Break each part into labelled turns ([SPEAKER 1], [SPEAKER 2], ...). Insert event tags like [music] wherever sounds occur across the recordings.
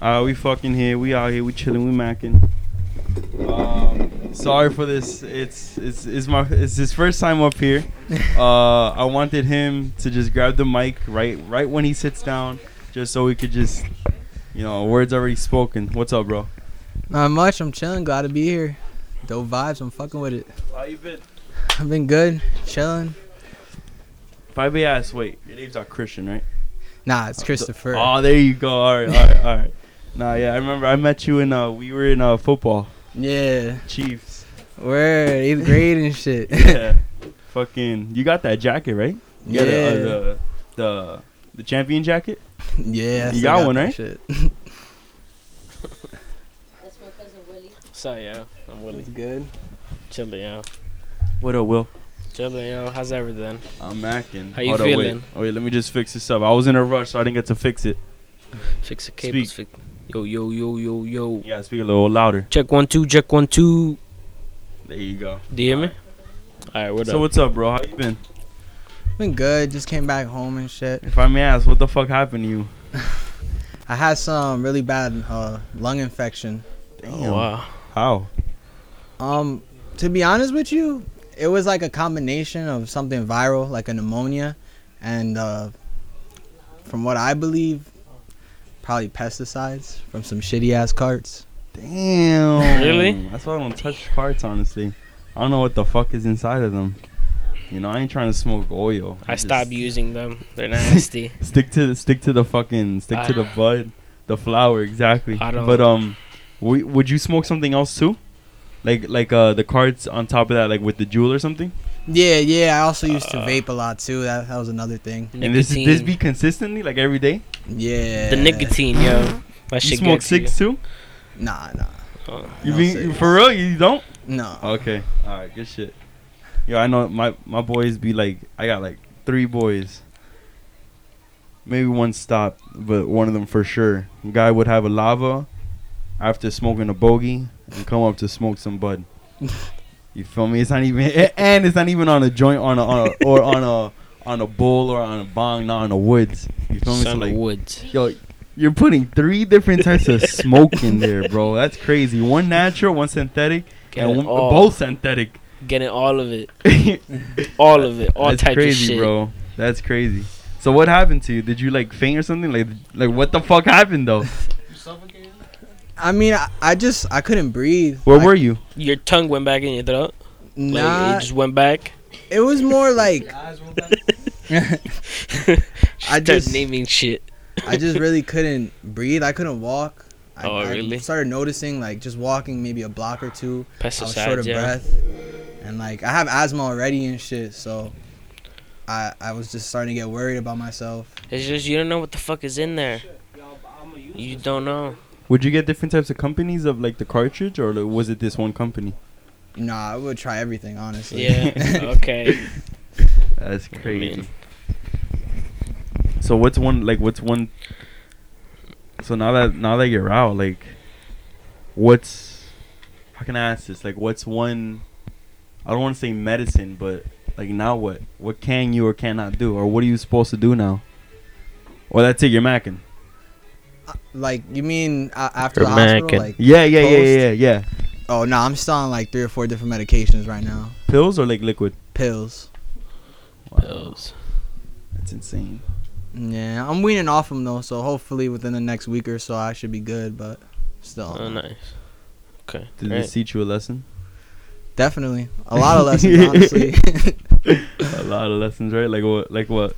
[SPEAKER 1] Uh, we fucking here. We out here. We chilling. We macking. Um, sorry for this. It's it's it's my it's his first time up here. Uh, I wanted him to just grab the mic right right when he sits down, just so we could just, you know, words already spoken. What's up, bro?
[SPEAKER 2] Not much. I'm chilling. Glad to be here. Dope vibes. I'm fucking with it.
[SPEAKER 1] How you been?
[SPEAKER 2] I've been good. Chilling.
[SPEAKER 1] If I be asked, wait, your name's not Christian, right?
[SPEAKER 2] Nah, it's Christopher.
[SPEAKER 1] Oh, there you go. All right, all right, all right. Nah, yeah, I remember I met you in uh, we were in uh football
[SPEAKER 2] Yeah.
[SPEAKER 1] Chiefs.
[SPEAKER 2] We're eighth grade and
[SPEAKER 1] [laughs]
[SPEAKER 2] shit.
[SPEAKER 1] Yeah, fucking, you got that jacket right? You
[SPEAKER 2] Yeah.
[SPEAKER 1] got the, uh, the the the champion jacket.
[SPEAKER 2] [laughs] yeah. I
[SPEAKER 1] You
[SPEAKER 2] still
[SPEAKER 1] got one,
[SPEAKER 2] that
[SPEAKER 1] right?
[SPEAKER 2] Shit.
[SPEAKER 3] That's my cousin Willie.
[SPEAKER 4] So yeah, I'm Willie.
[SPEAKER 2] good.
[SPEAKER 4] Chilling out.
[SPEAKER 1] What up, Will?
[SPEAKER 4] Chilling out. How's everything?
[SPEAKER 1] I'm macking.
[SPEAKER 4] How you
[SPEAKER 1] Hold on, wait.
[SPEAKER 4] feeling?
[SPEAKER 1] Oh, wait, let me just fix this up. I was in a rush, so I didn't get to fix it.
[SPEAKER 4] Fix the cables. Fix. Yo yo yo yo yo.
[SPEAKER 1] Yeah, speak a little louder.
[SPEAKER 4] Check one two. Check one two.
[SPEAKER 1] There you go.
[SPEAKER 4] Do you hear me? All right, what
[SPEAKER 1] so
[SPEAKER 4] up?
[SPEAKER 1] what's up, bro? How you been?
[SPEAKER 2] Been good. Just came back home and shit.
[SPEAKER 1] If I may ask, what the fuck happened to you?
[SPEAKER 2] I had some really bad uh, lung infection.
[SPEAKER 4] Oh, wow.
[SPEAKER 1] How?
[SPEAKER 2] Um, to be honest with you, it was like a combination of something viral, like a pneumonia, and uh, from what I believe, probably pesticides from some shitty ass carts.
[SPEAKER 1] Damn.
[SPEAKER 4] Really?
[SPEAKER 1] That's why I don't touch carts, honestly. I don't know what the fuck is inside of them. You know, I ain't trying to smoke oil.
[SPEAKER 4] I
[SPEAKER 1] just
[SPEAKER 4] stopped using them.
[SPEAKER 1] [laughs]
[SPEAKER 4] They're nasty.
[SPEAKER 1] Stick to the stick to the fucking stick to
[SPEAKER 4] I-
[SPEAKER 1] the bud, the flower exactly.
[SPEAKER 4] I don't-
[SPEAKER 1] But um, w- would you smoke something else too? Like like uh the carts on top of that, like with the jewel or something.
[SPEAKER 2] Yeah, yeah. I also used to
[SPEAKER 4] Uh,
[SPEAKER 2] vape a lot too. That, that was another thing.
[SPEAKER 4] Nicotine.
[SPEAKER 1] And this this be consistently like every day.
[SPEAKER 2] Yeah.
[SPEAKER 4] the nicotine, yo. That
[SPEAKER 1] you
[SPEAKER 4] shit
[SPEAKER 1] smoke
[SPEAKER 4] gets you.
[SPEAKER 1] six too.
[SPEAKER 2] Nah, nah,
[SPEAKER 4] Oh,
[SPEAKER 1] You
[SPEAKER 2] No,
[SPEAKER 1] mean
[SPEAKER 2] six.
[SPEAKER 1] you- for real? You don't?
[SPEAKER 2] no.
[SPEAKER 1] Okay. All right. Good shit. Yo, I know my my boys be like I got like three boys. Maybe one stopped, but one of them for sure. Guy would have a lava after smoking a bogey and come up to smoke some bud. You feel me? It's not even a- and it's not even on a joint on a, on a or on a on a bowl or on a bong, not on the woods. You feel me? So
[SPEAKER 4] son of
[SPEAKER 1] like,
[SPEAKER 4] woods.
[SPEAKER 1] Yo, you're putting three different types of smoke in there, bro. That's crazy. One natural, one synthetic,
[SPEAKER 4] Get
[SPEAKER 1] and
[SPEAKER 4] it
[SPEAKER 1] one,
[SPEAKER 4] all.
[SPEAKER 1] both synthetic. [laughs]
[SPEAKER 4] Getting all of it.
[SPEAKER 1] All
[SPEAKER 4] All of it. All
[SPEAKER 1] That's
[SPEAKER 4] types
[SPEAKER 1] crazy,
[SPEAKER 4] of shit.
[SPEAKER 1] bro. That's crazy. So what happened to you? Did you like faint or something? Like, like what the fuck happened though?
[SPEAKER 2] I mean, I, I just I couldn't breathe.
[SPEAKER 1] Where
[SPEAKER 2] Like,
[SPEAKER 1] were you?
[SPEAKER 4] Your tongue went back in your throat. Like,
[SPEAKER 2] Nah,
[SPEAKER 4] it just went back.
[SPEAKER 2] it was
[SPEAKER 4] [laughs]
[SPEAKER 2] more like [laughs]
[SPEAKER 4] I
[SPEAKER 2] just-
[SPEAKER 4] just naming shit.
[SPEAKER 2] I just really couldn't breathe. I couldn't walk. I,
[SPEAKER 4] Oh,
[SPEAKER 2] I
[SPEAKER 4] really?
[SPEAKER 2] started noticing like just walking maybe a block or two. I was short
[SPEAKER 4] Pesticides,
[SPEAKER 2] of
[SPEAKER 4] yeah.
[SPEAKER 2] breath, and like I have asthma already and shit, so I I was just starting to get worried about myself.
[SPEAKER 4] It's just you don't know what the fuck is in there. You don't
[SPEAKER 1] [laughs]
[SPEAKER 4] know.
[SPEAKER 1] Would you get different types of companies of like the cartridge, or like, was it this one company?
[SPEAKER 2] Nah, I would try everything honestly. [laughs]
[SPEAKER 4] Yeah.
[SPEAKER 1] [laughs]
[SPEAKER 4] okay.
[SPEAKER 1] That's
[SPEAKER 4] mean-
[SPEAKER 1] crazy. So what's one like? What's one? So now that now that you're out, like, what's? How can I ask this? Like, what's one? I don't want to say medicine, but like now what? What can you or cannot do, or what are you supposed to do now? Or that's it. You're macking.
[SPEAKER 2] like you mean uh, after the
[SPEAKER 4] Or
[SPEAKER 2] hospital?
[SPEAKER 4] Mac
[SPEAKER 2] Like
[SPEAKER 1] Yeah, yeah, yeah,
[SPEAKER 2] Post-
[SPEAKER 1] yeah, yeah, yeah.
[SPEAKER 2] oh no, I'm still on like three or four different medications right now.
[SPEAKER 1] Pills or like liquid?
[SPEAKER 2] Pills.
[SPEAKER 4] Pills.
[SPEAKER 1] That's insane.
[SPEAKER 2] Yeah, I'm weaning off them though, so hopefully within the next week or so I should be good. But still,
[SPEAKER 4] Oh, nice. Okay.
[SPEAKER 1] Did
[SPEAKER 4] great.
[SPEAKER 1] this teach you a lesson?
[SPEAKER 2] definitely a lot of lessons
[SPEAKER 1] [laughs]
[SPEAKER 2] honestly. [laughs]
[SPEAKER 1] a lot of lessons, right? Like what? Like what?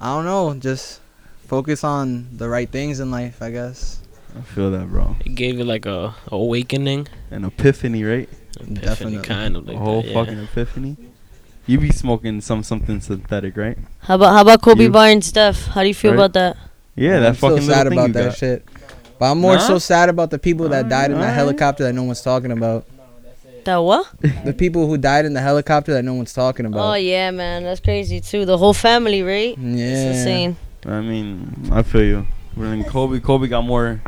[SPEAKER 2] I don't know. Just focus on the right things in life, I guess.
[SPEAKER 1] I feel that, bro.
[SPEAKER 4] It gave you like a awakening,
[SPEAKER 1] An epiphany, right?
[SPEAKER 4] epiphany
[SPEAKER 2] Definitely.
[SPEAKER 4] kind of like
[SPEAKER 1] a whole
[SPEAKER 4] that, yeah.
[SPEAKER 1] fucking epiphany. You be smoking some something synthetic, right?
[SPEAKER 3] How about how about Kobe
[SPEAKER 1] You-
[SPEAKER 3] buying stuff? How do you feel
[SPEAKER 1] Right.
[SPEAKER 3] about that?
[SPEAKER 1] Yeah, that
[SPEAKER 2] I'm
[SPEAKER 1] fucking
[SPEAKER 2] so
[SPEAKER 1] little
[SPEAKER 2] sad
[SPEAKER 1] thing
[SPEAKER 2] about
[SPEAKER 1] you
[SPEAKER 2] that
[SPEAKER 1] got.
[SPEAKER 2] shit. But I'm more
[SPEAKER 1] Nah?
[SPEAKER 2] so sad about the people that died in that
[SPEAKER 1] Alright.
[SPEAKER 2] helicopter that no one's talking about.
[SPEAKER 3] That what?
[SPEAKER 2] The people who died in the helicopter that no one's talking about.
[SPEAKER 3] Oh yeah, man, that's crazy too. The whole family, right?
[SPEAKER 2] yeah.
[SPEAKER 3] It's insane.
[SPEAKER 1] I mean, I feel you. But then Kobe, Kobe got more.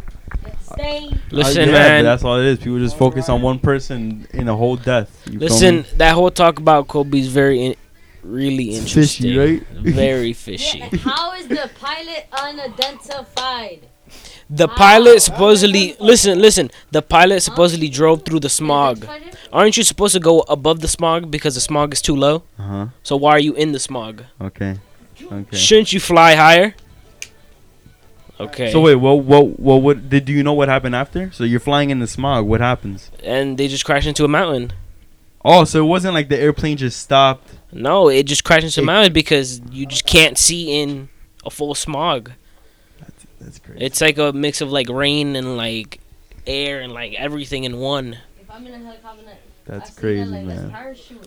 [SPEAKER 4] Listen,
[SPEAKER 1] Yeah, but
[SPEAKER 4] man.
[SPEAKER 1] that's all it is. People just focus on one person in a whole death. You feel
[SPEAKER 4] Listen,
[SPEAKER 1] me?
[SPEAKER 4] that whole talk about Kobe's very, in, really
[SPEAKER 1] It's
[SPEAKER 4] interesting.
[SPEAKER 1] [laughs] fishy, right?
[SPEAKER 4] Very fishy.
[SPEAKER 3] how is the pilot unidentified?
[SPEAKER 5] The pilot supposedly listen, listen. The pilot supposedly drove through the [laughs] smog. Aren't you supposed to go above the smog because the smog is too low?
[SPEAKER 1] Uh huh.
[SPEAKER 5] So why are you in the smog?
[SPEAKER 1] Okay. Okay.
[SPEAKER 5] Shouldn't you fly higher? Okay.
[SPEAKER 1] So wait, what, what, what, what? Did do you know what happened after? So you're flying in the smog. What happens?
[SPEAKER 5] and they just crashed into a mountain.
[SPEAKER 1] Oh, so it wasn't like the airplane just stopped.
[SPEAKER 5] No, it just crashed into a
[SPEAKER 1] It-
[SPEAKER 5] mountain because you just can't see in a full smog.
[SPEAKER 1] That's crazy.
[SPEAKER 5] It's like a mix of like rain and like air and like everything in one.
[SPEAKER 1] That's crazy, man.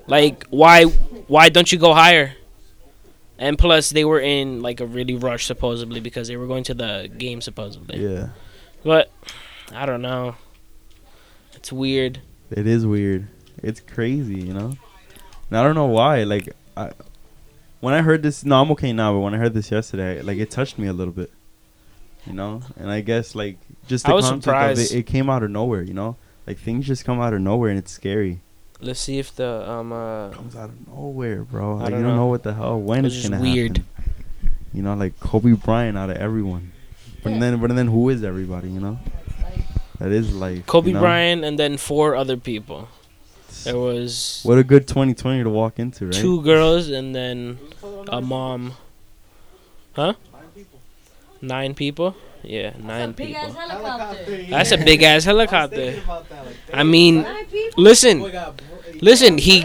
[SPEAKER 5] Like why why don't you go higher? And plus they were in like a really rush supposedly because they were going to the game supposedly.
[SPEAKER 1] Yeah,
[SPEAKER 5] But I don't know. It's weird.
[SPEAKER 1] it is weird. It's crazy, you know. And I don't know why. Like, I, when I heard this, no, I'm okay now. But when I heard this yesterday, like it touched me a little bit, you know. And I guess like just the
[SPEAKER 5] I was
[SPEAKER 1] concept
[SPEAKER 5] surprised.
[SPEAKER 1] of it, it came out of nowhere, you know. Like things just come out of nowhere, and it's scary.
[SPEAKER 5] Let's see if the um uh
[SPEAKER 1] comes out of nowhere, bro.
[SPEAKER 5] I
[SPEAKER 1] Like,
[SPEAKER 5] don't
[SPEAKER 1] you don't
[SPEAKER 5] know.
[SPEAKER 1] know what the hell when
[SPEAKER 5] It's
[SPEAKER 1] it's,
[SPEAKER 5] just
[SPEAKER 1] gonna
[SPEAKER 5] weird.
[SPEAKER 1] happen. You know, like Kobe Bryant out of everyone. But then, but then, who is everybody? You know, that is life.
[SPEAKER 5] Kobe
[SPEAKER 1] you know?
[SPEAKER 5] Bryant and then four other people. There was
[SPEAKER 1] What a good 2020 to walk into, right?
[SPEAKER 5] two girls and then a mom. Huh? Nine people? Yeah, nine people. That's a big ass helicopter. I mean, listen, listen. He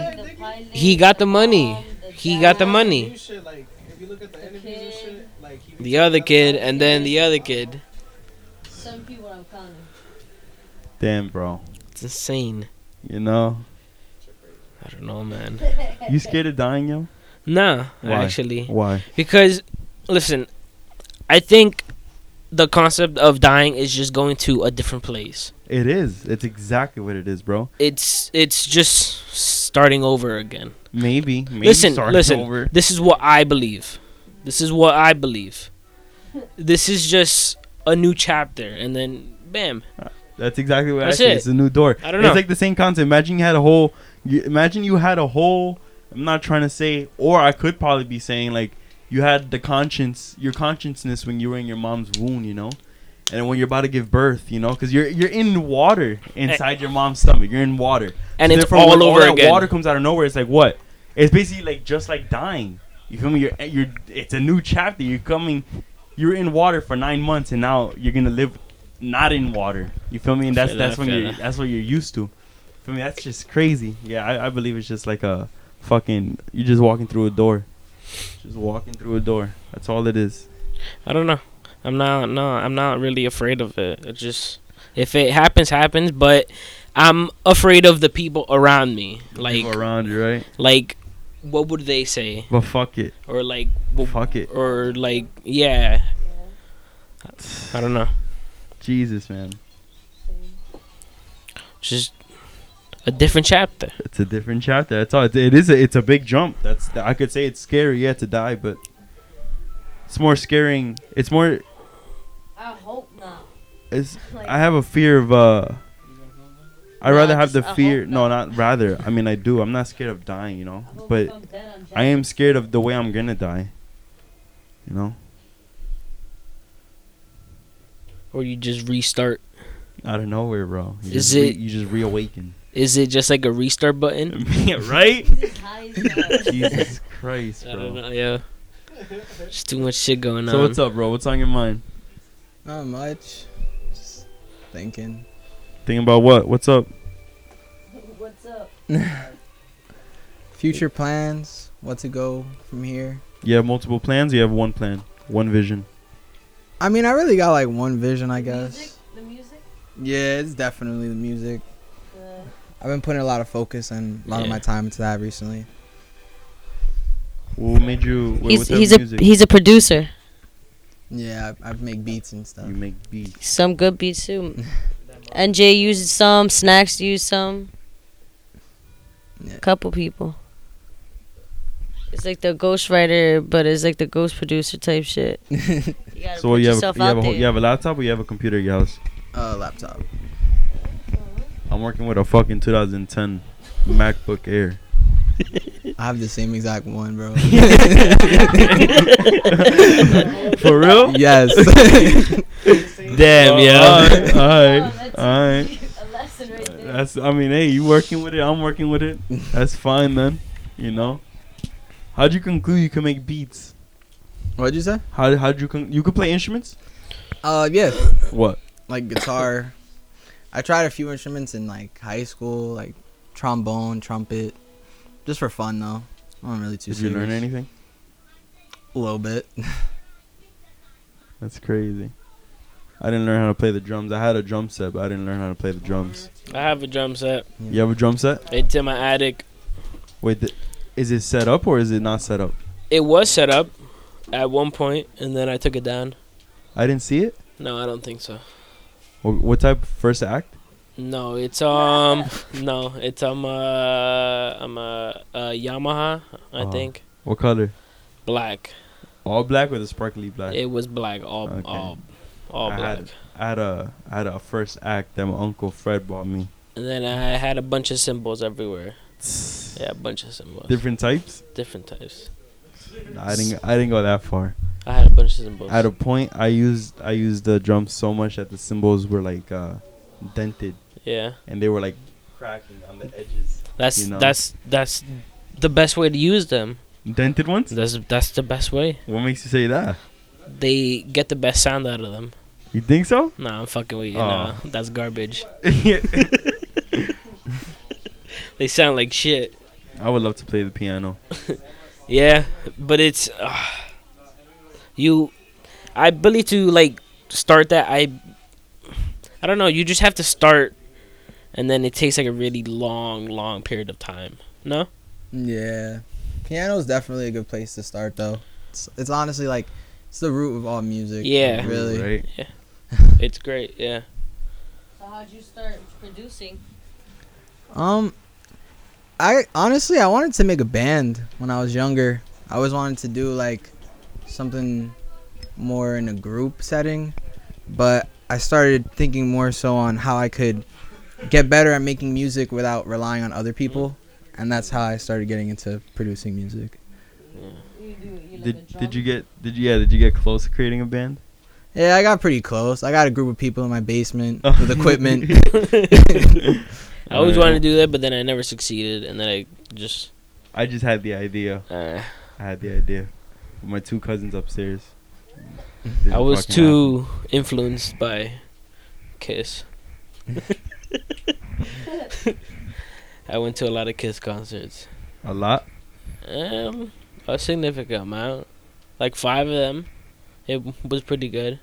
[SPEAKER 5] he got the money.
[SPEAKER 3] um,
[SPEAKER 5] He got the money. The other kid and then the other kid.
[SPEAKER 3] Some people I'm counting. [laughs]
[SPEAKER 1] Damn, bro.
[SPEAKER 5] It's insane.
[SPEAKER 1] You know,
[SPEAKER 5] I don't know, man.
[SPEAKER 3] [laughs]
[SPEAKER 1] you scared of dying, yo?
[SPEAKER 5] Nah,
[SPEAKER 1] Why?
[SPEAKER 5] actually,
[SPEAKER 1] Why?
[SPEAKER 5] because listen, I think the concept of dying is just going to a different place.
[SPEAKER 1] It is. It's exactly what it is, bro.
[SPEAKER 5] It's it's just starting over again.
[SPEAKER 1] Maybe. maybe
[SPEAKER 5] listen,
[SPEAKER 1] starting
[SPEAKER 5] listen.
[SPEAKER 1] Over.
[SPEAKER 5] This is what I believe. This is what I believe. This is just a new chapter, and then bam.
[SPEAKER 1] That's exactly what
[SPEAKER 5] That's
[SPEAKER 1] I said.
[SPEAKER 5] it.
[SPEAKER 1] It's a new door.
[SPEAKER 5] I don't know.
[SPEAKER 1] It's like the same concept. Imagine you had a whole. You, imagine you had a whole. I'm not trying to say, or I could probably be saying like you had the conscience, your consciousness when you were in your mom's womb, you know, and when you're about to give birth, you know, because you're you're in water
[SPEAKER 5] Eh.
[SPEAKER 1] inside your mom's stomach. You're in water,
[SPEAKER 5] And it's
[SPEAKER 1] therefore,
[SPEAKER 5] all
[SPEAKER 1] when
[SPEAKER 5] over
[SPEAKER 1] that
[SPEAKER 5] again.
[SPEAKER 1] Water comes out of nowhere. It's like what? It's basically like just like dying. You feel me? You're you're. It's a new chapter. You're coming. You're in water for nine months, and now you're gonna live not in water. You feel me? And that's
[SPEAKER 5] Feel
[SPEAKER 1] that's
[SPEAKER 5] that,
[SPEAKER 1] when
[SPEAKER 5] feel
[SPEAKER 1] you're
[SPEAKER 5] that.
[SPEAKER 1] that's what you're used to. For me, that's just crazy. Yeah, I, I believe it's just like a fucking. You're just walking through a door. Just walking through a door. That's all it is.
[SPEAKER 5] I don't know. I'm not no. I'm not really afraid of it. It just if it happens, happens. But I'm afraid of the people around me. Like
[SPEAKER 1] People around you, right?
[SPEAKER 5] like, what would they say?
[SPEAKER 1] But fuck it.
[SPEAKER 5] Or like what,
[SPEAKER 1] Fuck it.
[SPEAKER 5] Or like yeah. I don't know.
[SPEAKER 1] Jesus, man.
[SPEAKER 5] Just a different chapter.
[SPEAKER 1] It's a different chapter. That's all. It, it is. A, it's a big jump. That's. I could say it's scary, yeah, to die, but it's more scaring. It's more.
[SPEAKER 3] I hope not.
[SPEAKER 1] It's.
[SPEAKER 3] Like,
[SPEAKER 1] I have a fear of. uh I
[SPEAKER 3] No,
[SPEAKER 1] rather
[SPEAKER 3] I
[SPEAKER 1] have the
[SPEAKER 3] just- I hope
[SPEAKER 1] fear. No,
[SPEAKER 3] not.
[SPEAKER 1] not rather. I mean, I do. I'm not scared of dying, you know.
[SPEAKER 3] hope
[SPEAKER 1] But
[SPEAKER 3] if I'm dead, I'm
[SPEAKER 1] I
[SPEAKER 3] dead.
[SPEAKER 1] am scared of the way I'm gonna die. You know,
[SPEAKER 5] Or you just restart.
[SPEAKER 1] out of nowhere, bro. You
[SPEAKER 5] Is
[SPEAKER 1] just re-
[SPEAKER 5] it-
[SPEAKER 1] you just
[SPEAKER 5] [laughs]
[SPEAKER 1] reawaken?
[SPEAKER 5] Is it just like a restart button?
[SPEAKER 1] yeah, right?
[SPEAKER 3] This is high as hell.
[SPEAKER 1] Jesus Christ,
[SPEAKER 5] [laughs] I don't
[SPEAKER 1] bro.
[SPEAKER 5] know. Yeah. There's too much shit going
[SPEAKER 1] So
[SPEAKER 5] on.
[SPEAKER 1] what's up, [laughs] bro? What's on your mind?
[SPEAKER 2] Not much. Just thinking.
[SPEAKER 1] Thinking about what? What's up? [laughs]
[SPEAKER 3] What's up?
[SPEAKER 2] Future plans. What to go from here.
[SPEAKER 1] You have multiple plans. Or you have one plan, one vision.
[SPEAKER 2] I mean, I really got like one vision, I guess.
[SPEAKER 3] The music?
[SPEAKER 2] Yeah, it's definitely the music.
[SPEAKER 3] The music?
[SPEAKER 2] I've been putting a lot of focus and a lot of
[SPEAKER 5] Yeah.
[SPEAKER 2] my time into that recently.
[SPEAKER 1] What made you? What,
[SPEAKER 3] he's
[SPEAKER 1] what's up
[SPEAKER 3] he's a
[SPEAKER 1] music?
[SPEAKER 3] he's a producer.
[SPEAKER 2] Yeah, I, I make beats and stuff.
[SPEAKER 1] you make beats.
[SPEAKER 3] Some good beats too. NJ used some. Snacks used some.
[SPEAKER 2] Yeah.
[SPEAKER 3] Couple people. It's like the ghostwriter, but it's like the ghost producer type shit. You gotta
[SPEAKER 1] So
[SPEAKER 3] put
[SPEAKER 1] what, you have a,
[SPEAKER 3] yourself
[SPEAKER 1] you have
[SPEAKER 3] out
[SPEAKER 1] a whole-
[SPEAKER 3] there.
[SPEAKER 1] you have a laptop or you have a computer at your house?
[SPEAKER 2] [laughs] uh, laptop.
[SPEAKER 1] I'm working with a fucking 2010 MacBook
[SPEAKER 3] [laughs]
[SPEAKER 1] Air.
[SPEAKER 2] I have the same exact
[SPEAKER 1] [laughs]
[SPEAKER 2] one, bro.
[SPEAKER 1] For real? [laughs]
[SPEAKER 2] yes.
[SPEAKER 5] Damn, yeah.
[SPEAKER 1] All
[SPEAKER 3] Oh,
[SPEAKER 1] right. All right.
[SPEAKER 3] A lesson right there.
[SPEAKER 1] That's. I mean, hey, you working with it? I'm working with it. That's fine then. You know. How'd you conclude you can make beats?
[SPEAKER 2] What'd you say?
[SPEAKER 1] How how'd you con- you could play instruments?
[SPEAKER 2] Uh, yeah,
[SPEAKER 1] What?
[SPEAKER 2] like guitar. I tried a few instruments in like high school, like trombone, trumpet, just for fun though. I don't really too.
[SPEAKER 1] Did you learn
[SPEAKER 2] serious.
[SPEAKER 1] anything?
[SPEAKER 2] A little bit.
[SPEAKER 1] That's crazy. I didn't learn how to play the drums. I had a drum set, but I didn't learn how to play the drums.
[SPEAKER 5] [laughs] I have a drum set.
[SPEAKER 1] You have a drum set?
[SPEAKER 5] It's in my attic.
[SPEAKER 1] Wait, th- is it set up or is it not set up?
[SPEAKER 5] It was set up at one point, and then I took it down.
[SPEAKER 1] I didn't see it.
[SPEAKER 5] No, I don't think so.
[SPEAKER 1] Wha- What type of first act?
[SPEAKER 5] No,
[SPEAKER 1] [laughs]
[SPEAKER 5] it's um, no, it's um, uh, I'm a, a uh, Yamaha, I
[SPEAKER 1] Oh.
[SPEAKER 5] think,
[SPEAKER 1] What color?
[SPEAKER 5] black.
[SPEAKER 1] All black with a sparkly black.
[SPEAKER 5] It was black, all,
[SPEAKER 1] Okay.
[SPEAKER 5] all, all
[SPEAKER 1] I
[SPEAKER 5] black.
[SPEAKER 1] had, I had a I had a first act that my uncle Fred bought me.
[SPEAKER 5] And then I had a bunch of symbols everywhere. Yeah, a bunch of symbols,
[SPEAKER 1] Different types.
[SPEAKER 5] different types.
[SPEAKER 1] Nah, I didn't I didn't go that far.
[SPEAKER 5] I had a bunch of symbols.
[SPEAKER 1] At a point, I used I used the drums so much that the cymbals were like uh, dented
[SPEAKER 5] yeah,
[SPEAKER 1] and they were like cracking on the edges.
[SPEAKER 5] that's
[SPEAKER 1] You know.
[SPEAKER 5] that's that's the best way to use them.
[SPEAKER 1] Dented ones?
[SPEAKER 5] That's that's the best way.
[SPEAKER 1] What makes you say that?
[SPEAKER 5] They get the best sound out of them.
[SPEAKER 1] You think
[SPEAKER 5] [laughs]
[SPEAKER 1] so?
[SPEAKER 5] Nah, I'm fucking with you.
[SPEAKER 1] Oh.
[SPEAKER 5] Nah, that's garbage.
[SPEAKER 1] I
[SPEAKER 5] They sound like shit.
[SPEAKER 1] would love to play the piano.
[SPEAKER 5] Yeah, but it's uh, you. I believe to like start that. I I don't know. You just have to start, and then it takes like a really long, long period of time. No,
[SPEAKER 2] Yeah, piano's definitely a good place to start though. It's, it's honestly like it's the root of all music.
[SPEAKER 5] Yeah.
[SPEAKER 2] really.
[SPEAKER 1] Right?
[SPEAKER 5] it's great. Yeah,
[SPEAKER 3] So how'd you start producing?
[SPEAKER 2] Um, I honestly I wanted to make a band when I was younger. I always wanted to do like something more in a group setting, but I started thinking more so on how I could get better at making music without relying on other people, and that's how I started getting into producing music.
[SPEAKER 3] You do, you like
[SPEAKER 1] Did did you get did you yeah did you get close to creating a
[SPEAKER 2] [laughs]
[SPEAKER 1] band?
[SPEAKER 2] Yeah, I got pretty close. I got a group of people in my basement
[SPEAKER 1] [laughs] Oh.
[SPEAKER 2] with equipment.
[SPEAKER 1] [laughs]
[SPEAKER 5] I always
[SPEAKER 1] Alright.
[SPEAKER 5] wanted to do that, but then I never succeeded, and then I just
[SPEAKER 1] I just had the idea.
[SPEAKER 5] uh,
[SPEAKER 1] I had the idea. With my two cousins upstairs.
[SPEAKER 5] I
[SPEAKER 1] Didn't
[SPEAKER 5] was
[SPEAKER 1] fucking
[SPEAKER 5] too influenced by
[SPEAKER 1] [laughs]
[SPEAKER 5] Kiss. I went to a lot of Kiss concerts.
[SPEAKER 1] happen. A lot.
[SPEAKER 5] Um, a significant amount, like five of them. It w- was pretty good.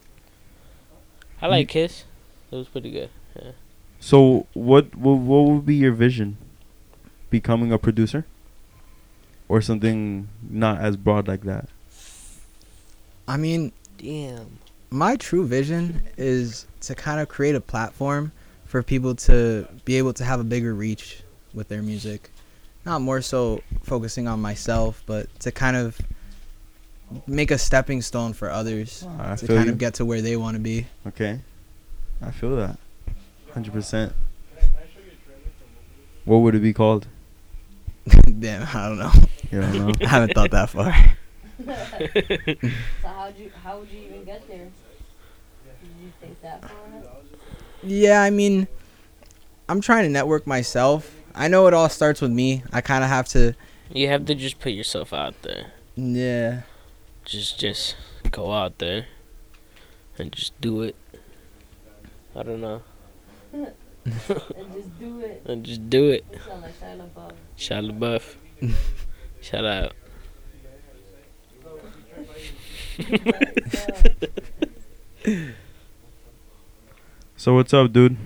[SPEAKER 5] I
[SPEAKER 1] Mm.
[SPEAKER 5] like Kiss. It was pretty good.
[SPEAKER 1] So what what what would be your vision? Becoming a producer? Or something not as broad like that?
[SPEAKER 2] I mean,
[SPEAKER 5] Damn.
[SPEAKER 2] my true vision is to kind of create a platform for people to be able to have a bigger reach with their music. Not more so focusing on myself, but to kind of make a stepping stone for others
[SPEAKER 1] I
[SPEAKER 2] to
[SPEAKER 1] feel
[SPEAKER 2] kind
[SPEAKER 1] you.
[SPEAKER 2] of get to where they want to
[SPEAKER 1] [laughs]
[SPEAKER 2] be.
[SPEAKER 1] Okay. I feel that. 100%. What would it be called?
[SPEAKER 2] Damn, I don't know.
[SPEAKER 1] [laughs] You don't
[SPEAKER 5] [laughs]
[SPEAKER 1] know.
[SPEAKER 2] I haven't thought that far.
[SPEAKER 3] [laughs] So how'd you, how would you even get there? Did you think that far?
[SPEAKER 2] Yeah, I mean, I'm trying to network myself. I know it all starts with me. I kind of have to.
[SPEAKER 5] You have to just put yourself out there.
[SPEAKER 2] Yeah.
[SPEAKER 5] Just, just go out there, and just do it. I don't know.
[SPEAKER 3] And just do it.
[SPEAKER 5] And just do it.
[SPEAKER 3] You sound like Shia LaBeouf.
[SPEAKER 5] Shout LaBeouf. Shout out.
[SPEAKER 1] So what's up, dude?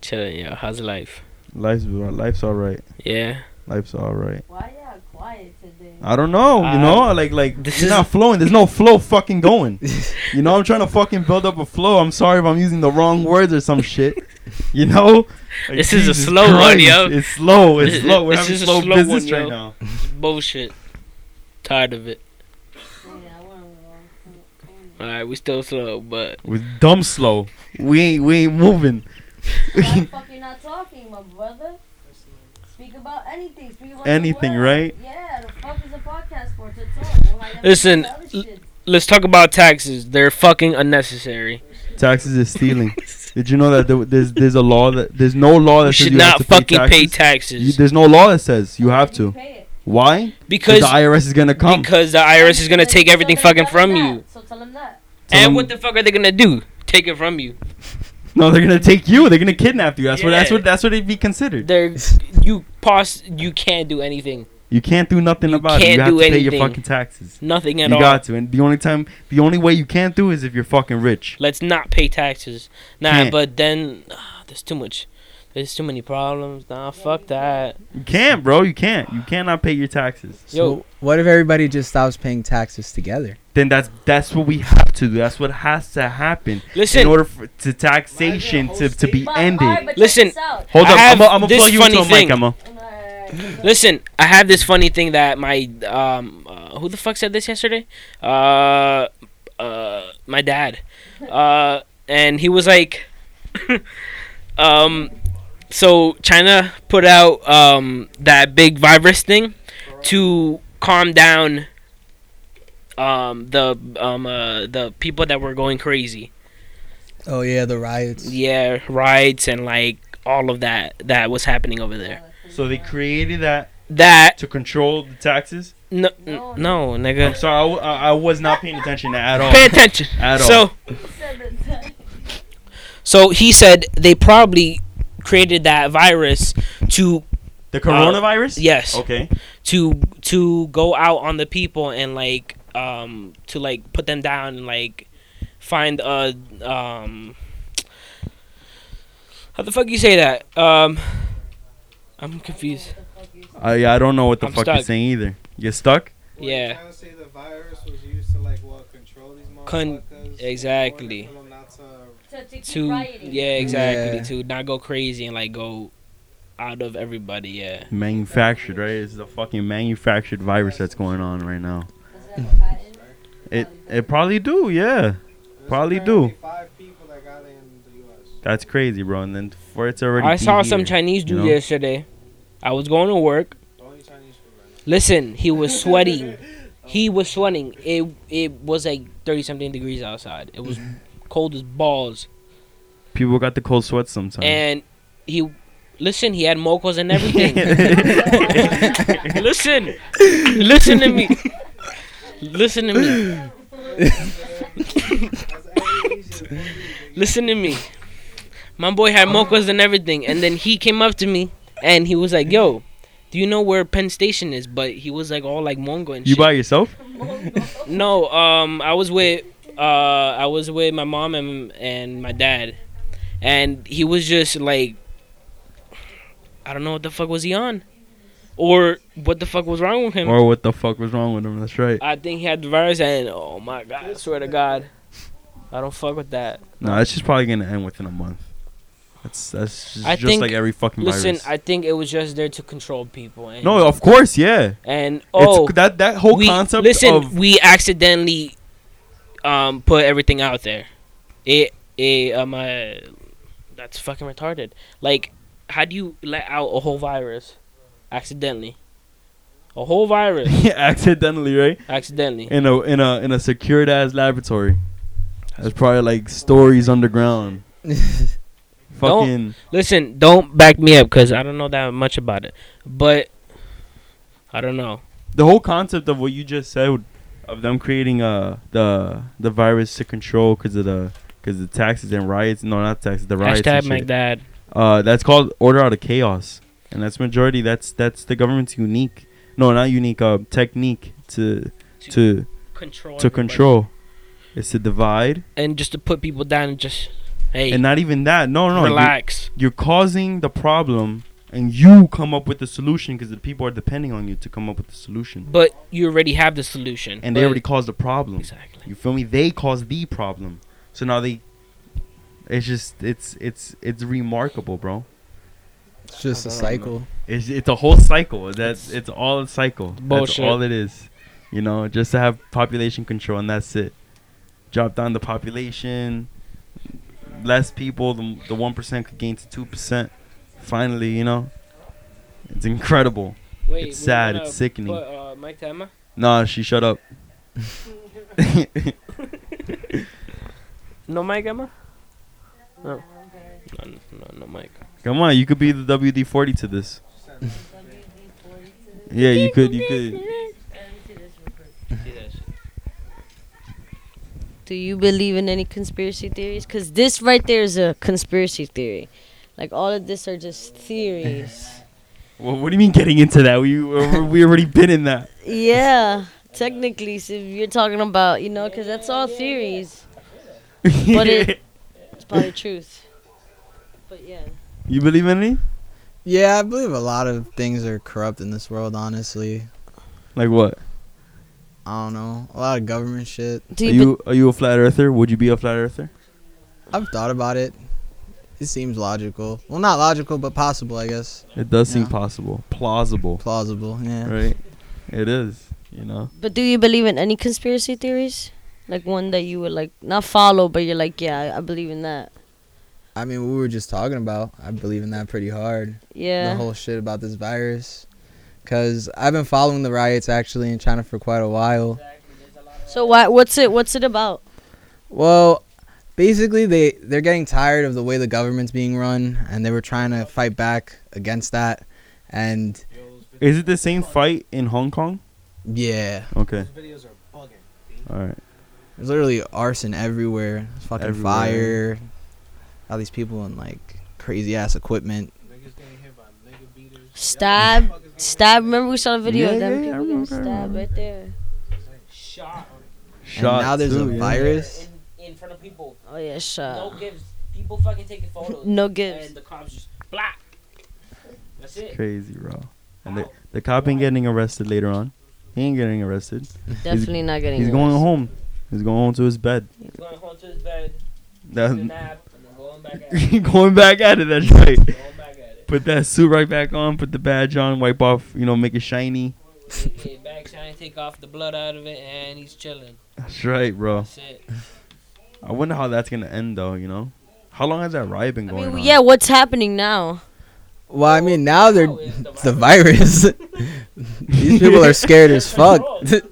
[SPEAKER 5] Chilling, yo. How's life?
[SPEAKER 1] Life's life's all right.
[SPEAKER 5] Yeah.
[SPEAKER 1] Life's all right.
[SPEAKER 3] Why y'all quiet today?
[SPEAKER 1] I don't know. You
[SPEAKER 5] Uh,
[SPEAKER 1] know, like like
[SPEAKER 5] this
[SPEAKER 1] this is
[SPEAKER 5] is-
[SPEAKER 1] not flowing. There's no flow fucking
[SPEAKER 5] [laughs]
[SPEAKER 1] going. you know, I'm trying to fucking build up a flow. I'm sorry if I'm using the wrong words or some shit. You know,
[SPEAKER 5] [laughs]
[SPEAKER 1] Like,
[SPEAKER 5] This is a slow one, yo.
[SPEAKER 1] It's slow. It's
[SPEAKER 5] This-
[SPEAKER 1] slow. We're
[SPEAKER 5] this
[SPEAKER 1] having
[SPEAKER 5] is a
[SPEAKER 1] slow,
[SPEAKER 5] slow
[SPEAKER 1] business
[SPEAKER 5] one,
[SPEAKER 1] right
[SPEAKER 5] yo.
[SPEAKER 1] now.
[SPEAKER 5] Bullshit. Tired of it.
[SPEAKER 3] Yeah, I wanna
[SPEAKER 1] [laughs]
[SPEAKER 3] walk.
[SPEAKER 5] All right, we still slow, but
[SPEAKER 1] We're dumb slow. We ain't we ain't moving. [laughs]
[SPEAKER 3] Why the fuck you not talking, my brother? Speak about anything. Speak about the
[SPEAKER 1] Anything,
[SPEAKER 3] world.
[SPEAKER 1] right?
[SPEAKER 3] Yeah, the fuck is a podcast for? To talk. Why y'all
[SPEAKER 5] Listen,
[SPEAKER 3] do other shit?
[SPEAKER 5] let's talk about taxes. They're fucking unnecessary.
[SPEAKER 1] Taxes is
[SPEAKER 5] [laughs]
[SPEAKER 1] stealing. Did you know that there, there's there's a law that there's no law that
[SPEAKER 5] You
[SPEAKER 1] says
[SPEAKER 5] should
[SPEAKER 1] you have
[SPEAKER 5] not
[SPEAKER 1] to
[SPEAKER 5] fucking
[SPEAKER 1] pay
[SPEAKER 5] pay
[SPEAKER 1] taxes. You-
[SPEAKER 5] taxes
[SPEAKER 1] there's no law that says you have to. Why? Because
[SPEAKER 5] because
[SPEAKER 1] the IRS is gonna come.
[SPEAKER 5] because the IRS is gonna take everything fucking from you.
[SPEAKER 3] So tell him that.
[SPEAKER 1] Tell
[SPEAKER 5] and
[SPEAKER 1] them-
[SPEAKER 5] what the fuck are they gonna do? Take it from you.
[SPEAKER 1] No, they're gonna take you. They're gonna kidnap you. That's what. That's
[SPEAKER 5] Yeah.
[SPEAKER 1] what. That's what it'd be considered. [laughs]
[SPEAKER 5] They're you pos you can't do anything.
[SPEAKER 1] You can't do nothing
[SPEAKER 5] You
[SPEAKER 1] about it.
[SPEAKER 5] can't
[SPEAKER 1] You have
[SPEAKER 5] do
[SPEAKER 1] to pay
[SPEAKER 5] anything
[SPEAKER 1] your fucking taxes.
[SPEAKER 5] Nothing at
[SPEAKER 1] you
[SPEAKER 5] all.
[SPEAKER 1] got to. And the only time, the only way you can't do is if you're fucking rich.
[SPEAKER 5] Let's not pay taxes. Nah,
[SPEAKER 1] Can't.
[SPEAKER 5] but then ah, there's too much. There's too many problems. Nah, fuck that.
[SPEAKER 1] You can't, bro. You can't. You cannot pay your taxes.
[SPEAKER 5] Yo,
[SPEAKER 2] So what if everybody just stops paying taxes together?
[SPEAKER 1] Then that's that's what we have to do. That's what has to happen in
[SPEAKER 5] listen.
[SPEAKER 1] order for to taxation to, to be ended.
[SPEAKER 5] Listen.
[SPEAKER 1] [laughs] Hold
[SPEAKER 5] I
[SPEAKER 1] up,
[SPEAKER 5] have
[SPEAKER 1] I'm gonna
[SPEAKER 5] this
[SPEAKER 1] plug you
[SPEAKER 5] funny
[SPEAKER 1] into a
[SPEAKER 5] thing.
[SPEAKER 1] mic, Emma.
[SPEAKER 5] Listen, I have this funny thing that my um uh, who the fuck said this yesterday? Uh uh my dad. Uh and he was like [coughs] um so China put out um that big virus thing to calm down um the um uh, the people that were going crazy.
[SPEAKER 2] Oh yeah, the riots.
[SPEAKER 5] [laughs] Yeah, riots and like all of that that was happening over there.
[SPEAKER 1] So they created that
[SPEAKER 5] That
[SPEAKER 1] to control the taxes.
[SPEAKER 5] no
[SPEAKER 3] No,
[SPEAKER 5] no, nigga.
[SPEAKER 1] I'm sorry, I, w- I- I was not paying attention at all.
[SPEAKER 5] Pay attention.
[SPEAKER 1] At all.
[SPEAKER 5] So so he said they probably created that virus to
[SPEAKER 1] the coronavirus.
[SPEAKER 5] uh, yes
[SPEAKER 1] Okay.
[SPEAKER 5] to to go out on the people and like um to like put them down and like find a um how the fuck you say that um I'm confused
[SPEAKER 1] I I don't know what the
[SPEAKER 5] I'm
[SPEAKER 1] fuck
[SPEAKER 5] stuck.
[SPEAKER 1] you're saying either. You're stuck.
[SPEAKER 6] Were
[SPEAKER 5] Yeah.
[SPEAKER 6] You trying to say the virus was used to like what control these
[SPEAKER 5] Con-
[SPEAKER 6] motherfuckers? in order
[SPEAKER 5] exactly.
[SPEAKER 6] for them not to-
[SPEAKER 5] to yeah exactly
[SPEAKER 2] Yeah.
[SPEAKER 5] to not go crazy and like go out of everybody yeah
[SPEAKER 1] Manufactured, right? It's the fucking manufactured virus that's going on right now. It it probably do, yeah.
[SPEAKER 6] There's
[SPEAKER 1] Probably
[SPEAKER 6] apparently
[SPEAKER 1] do.
[SPEAKER 6] Five people that got it in the U.S.
[SPEAKER 1] That's crazy, bro. And then for it's already.
[SPEAKER 5] I
[SPEAKER 1] be
[SPEAKER 5] saw
[SPEAKER 1] here,
[SPEAKER 5] some Chinese
[SPEAKER 1] you
[SPEAKER 5] dude
[SPEAKER 1] know?
[SPEAKER 5] yesterday. I was going to work.
[SPEAKER 6] The only Chinese food right
[SPEAKER 5] Listen, he was sweating. he was sweating. It it was like thirty something degrees outside. It was cold as balls.
[SPEAKER 1] People got the cold sweats sometimes.
[SPEAKER 5] And he listen, he had mocos and everything. listen. Listen to me. Listen to me. Listen to me. My boy had mocos and everything, and then he came up to me and he was like, "Yo, do you know where Penn Station is?" But he was like all like Mongo
[SPEAKER 1] [laughs]
[SPEAKER 5] and
[SPEAKER 1] you
[SPEAKER 5] shit.
[SPEAKER 1] by
[SPEAKER 5] [laughs]
[SPEAKER 1] yourself?
[SPEAKER 5] No, um, I was with, uh, I was with my mom and and my dad, and he was just like, I don't know what the fuck was he on, or what the fuck was wrong with him.
[SPEAKER 1] Or what the fuck was wrong with him? That's right.
[SPEAKER 5] I think he had the virus, and oh my god, I swear to God, I don't fuck with that.
[SPEAKER 1] No, that's just probably gonna end within a month. That's that's just,
[SPEAKER 5] I
[SPEAKER 1] just
[SPEAKER 5] think-
[SPEAKER 1] like every fucking
[SPEAKER 5] Listen,
[SPEAKER 1] virus.
[SPEAKER 5] I think it was just there to control people. And,
[SPEAKER 1] no, of course, yeah.
[SPEAKER 5] and oh,
[SPEAKER 1] it's, that that whole
[SPEAKER 5] we,
[SPEAKER 1] concept
[SPEAKER 5] listen,
[SPEAKER 1] of [laughs]
[SPEAKER 5] we accidentally um put everything out there. It it um uh, that's fucking retarded. Like, how do you let out a whole virus accidentally? A
[SPEAKER 1] [laughs]
[SPEAKER 5] whole virus
[SPEAKER 1] accidentally, right?
[SPEAKER 5] accidentally.
[SPEAKER 1] In a in a in a secured ass laboratory. That's probably like stories underground. Fucking
[SPEAKER 5] Listen, don't back me up because I don't know that much about it. But I don't know.
[SPEAKER 1] the whole concept of what you just said of them creating uh the the virus to control because of the because the taxes and riots. No, not taxes. The riots. and
[SPEAKER 5] Hashtag
[SPEAKER 1] shit.
[SPEAKER 5] my dad.
[SPEAKER 1] Uh, that's called order out of chaos, and that's majority. That's that's the government's unique, no, not unique. Uh, technique to to
[SPEAKER 5] control
[SPEAKER 1] to control is to divide,
[SPEAKER 5] and just to put people down and just hey
[SPEAKER 1] and not even that. No, no, no. You're,
[SPEAKER 5] relax.
[SPEAKER 1] you're causing the problem, and you come up with the solution because the people are depending on you to come up with the solution,
[SPEAKER 5] But you already have the solution.
[SPEAKER 1] and they
[SPEAKER 5] But-
[SPEAKER 1] already caused the problem.
[SPEAKER 5] exactly.
[SPEAKER 1] You feel me? They caused the problem, so now they. It's just it's it's it's remarkable, bro.
[SPEAKER 2] It's just a cycle.
[SPEAKER 1] It's it's a whole cycle. That's it's all a cycle.
[SPEAKER 5] Bullshit.
[SPEAKER 1] That's all it is. You know, just to have population control and that's it. Drop down the population. Less people, the the one percent could gain to two percent. Finally, you know, it's incredible.
[SPEAKER 5] Wait,
[SPEAKER 1] It's
[SPEAKER 5] we
[SPEAKER 1] sad,
[SPEAKER 5] wanna
[SPEAKER 1] it's sickening.
[SPEAKER 5] Put, uh, Mike to Emma?
[SPEAKER 1] Nah, she shut up. [laughs]
[SPEAKER 5] No, Mike Emma.
[SPEAKER 4] No, no, no, Mike.
[SPEAKER 1] Come on, you could be the WD forty to this. Yeah, you could. You could.
[SPEAKER 3] Do you believe in any conspiracy theories? Because this right there is a conspiracy theory. Like all of this are just theories.
[SPEAKER 1] Well, what do you mean getting into that? We we already been in that.
[SPEAKER 3] yeah, technically, so if you're talking about, you know, because that's all theories. But it- It's
[SPEAKER 1] [coughs]
[SPEAKER 3] probably truth. But yeah.
[SPEAKER 1] [laughs] you believe in any?
[SPEAKER 2] Yeah, I believe a lot of things are corrupt in this world. Honestly,
[SPEAKER 1] Like what?
[SPEAKER 2] I don't know. A lot of government shit.
[SPEAKER 3] Do
[SPEAKER 1] Are
[SPEAKER 3] you,
[SPEAKER 1] you are you a flat earther? Would you be a flat earther?
[SPEAKER 2] I've thought about it. It seems logical. Well, not logical, but possible, I guess.
[SPEAKER 1] It does seem
[SPEAKER 2] No.
[SPEAKER 1] possible, plausible,
[SPEAKER 2] Plausible. Yeah.
[SPEAKER 1] right? It is. You know.
[SPEAKER 3] but do you believe in any conspiracy theories? Like one that you would like not follow, but you're like, yeah, I, I believe in that.
[SPEAKER 2] I mean, we were just talking about. I believe in that pretty hard.
[SPEAKER 3] Yeah.
[SPEAKER 2] the whole shit about this virus. Cause I've been following the riots actually in China for quite a while.
[SPEAKER 3] so why? What's it? What's it about?
[SPEAKER 2] Well, basically they they're getting tired of the way the government's being run, and they were trying to fight back against that. And
[SPEAKER 1] Is it the same fight in Hong Kong?
[SPEAKER 2] yeah,
[SPEAKER 1] Okay.
[SPEAKER 6] Those videos are bugging.
[SPEAKER 1] All right.
[SPEAKER 2] there's literally arson everywhere. There's fucking
[SPEAKER 1] Everywhere.
[SPEAKER 2] fire. All these people in like crazy ass equipment.
[SPEAKER 6] Niggas getting hit by nigga beaters.
[SPEAKER 3] Stab, stab. Remember we saw a video
[SPEAKER 1] Yeah,
[SPEAKER 3] of them
[SPEAKER 1] yeah, yeah, I
[SPEAKER 3] people getting
[SPEAKER 1] remember, I
[SPEAKER 3] stabbed
[SPEAKER 1] remember.
[SPEAKER 3] right there.
[SPEAKER 5] shot
[SPEAKER 2] And now there's
[SPEAKER 1] too,
[SPEAKER 2] a
[SPEAKER 1] yeah.
[SPEAKER 2] virus.
[SPEAKER 5] in, in front of people.
[SPEAKER 3] Oh yeah,
[SPEAKER 5] no
[SPEAKER 3] shot.
[SPEAKER 5] gives. People fucking taking photos.
[SPEAKER 3] No gives.
[SPEAKER 5] And the cops just black. That's it.
[SPEAKER 1] Crazy, bro. And the the cop ain't getting arrested later on. He ain't getting arrested.
[SPEAKER 3] Definitely not getting.
[SPEAKER 1] He's going home. He's going home to his bed.
[SPEAKER 5] He's going home to his bed, taking a
[SPEAKER 1] That,
[SPEAKER 5] nap, and then going back
[SPEAKER 1] [laughs]
[SPEAKER 5] at it.
[SPEAKER 1] going back at it. That's right.
[SPEAKER 5] Going back at it.
[SPEAKER 1] Put that suit right back on. Put the badge on. Wipe off. You know, make it shiny.
[SPEAKER 5] Take it back, trying to take off the blood out of it, and he's chilling.
[SPEAKER 1] That's right, bro.
[SPEAKER 5] That's it.
[SPEAKER 1] I wonder how that's gonna end, though. You know, how long has that riot been
[SPEAKER 3] I
[SPEAKER 1] going
[SPEAKER 3] mean,
[SPEAKER 1] on?
[SPEAKER 3] yeah. What's happening now?
[SPEAKER 2] Well, I mean now they're
[SPEAKER 5] Now it's
[SPEAKER 2] the
[SPEAKER 5] the
[SPEAKER 2] virus. [laughs] These people are scared
[SPEAKER 5] [laughs]
[SPEAKER 2] as fuck.
[SPEAKER 5] They're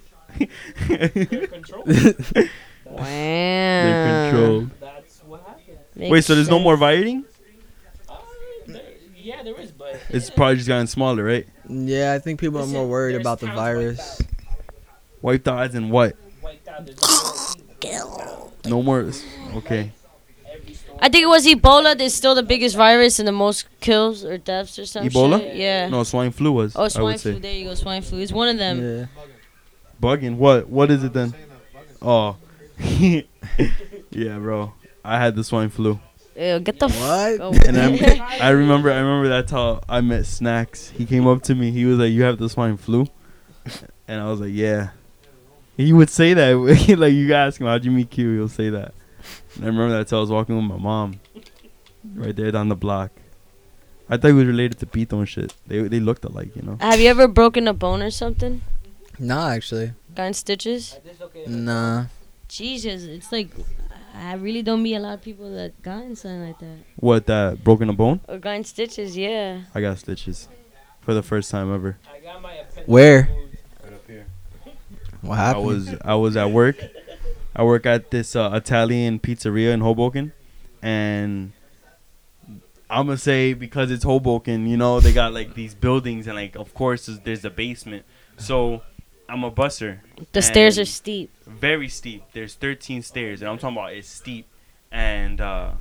[SPEAKER 5] controlled.
[SPEAKER 3] Wow. Uh,
[SPEAKER 1] They're controlled.
[SPEAKER 5] That's what happened.
[SPEAKER 1] Wait, so there's no more rioting?
[SPEAKER 5] Uh, there, yeah, there is, but
[SPEAKER 1] It's probably just gotten smaller, right?
[SPEAKER 2] [laughs] Yeah, I think people are
[SPEAKER 5] Listen,
[SPEAKER 2] more worried
[SPEAKER 5] there's
[SPEAKER 2] about the
[SPEAKER 5] towns like
[SPEAKER 2] virus.
[SPEAKER 1] Wiped out as in what?
[SPEAKER 5] wiped out. There's no more people.
[SPEAKER 1] No more. Okay.
[SPEAKER 5] Every store.
[SPEAKER 3] I think it was Ebola. That's still the biggest virus and the most kills or deaths or something.
[SPEAKER 1] Ebola?
[SPEAKER 3] Yeah.
[SPEAKER 1] No, swine flu was.
[SPEAKER 3] Oh,
[SPEAKER 1] I
[SPEAKER 3] swine
[SPEAKER 1] would say.
[SPEAKER 3] flu. There you go. Swine flu is one of them.
[SPEAKER 2] Yeah.
[SPEAKER 1] Bugging. What? What is it then?
[SPEAKER 6] Saying that bugging.
[SPEAKER 1] Oh. [laughs] yeah, bro. I had the swine flu,
[SPEAKER 3] Ew, get the
[SPEAKER 2] What?
[SPEAKER 3] F- oh,
[SPEAKER 1] and I'm, I remember. I remember that's how I met Snacks. He came up to me. He was like, "You have the swine flu," and I was like, "Yeah." He would say that. [laughs] like you ask him, "How'd you meet Q?" He'll say that. And I remember that's how I was walking with my mom, right there down the block. I thought he was related to Pito and shit. They they looked alike, you know.
[SPEAKER 3] [laughs] Have you ever broken a bone or something?
[SPEAKER 2] Nah, actually.
[SPEAKER 3] Gotten stitches?
[SPEAKER 5] I dislocated my
[SPEAKER 2] Nah.
[SPEAKER 3] Jesus, it's like I really don't meet a lot of people that gotten something like that.
[SPEAKER 1] What that broken a bone?
[SPEAKER 3] Or gotten stitches, yeah.
[SPEAKER 1] I got stitches, for the first time ever.
[SPEAKER 5] I got my appendix
[SPEAKER 2] Where?
[SPEAKER 5] removed.
[SPEAKER 1] I
[SPEAKER 2] What happened?
[SPEAKER 1] was I was at work. I work at this uh, Italian pizzeria in Hoboken, and I'm gonna say because it's Hoboken, you know, they got like these buildings, and like of course there's, there's a basement. So I'm a busser,
[SPEAKER 3] The stairs
[SPEAKER 1] And-
[SPEAKER 3] are steep.
[SPEAKER 1] very steep. There's 13 stairs, and I'm talking about it's steep. And uh,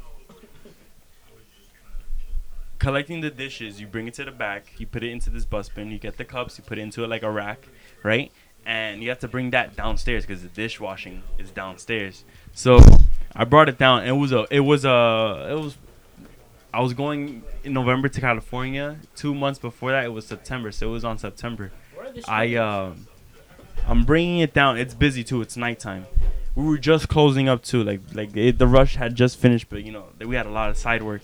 [SPEAKER 1] collecting the dishes, you bring it to the back, you put it into this bus bin, you get the cups, you put it into it like a rack, right? And you have to bring that downstairs because the dishwashing is downstairs. So I brought it down. and It was a, it was a, it was. I was going in November to California. Two months before that, it was September, so it was on September.
[SPEAKER 5] Where are the
[SPEAKER 1] I
[SPEAKER 5] shoes?
[SPEAKER 1] um, I'm bringing it down. It's busy too. It's nighttime. We were just closing up too. Like like it, the rush had just finished, but you know th- we had a lot of side work.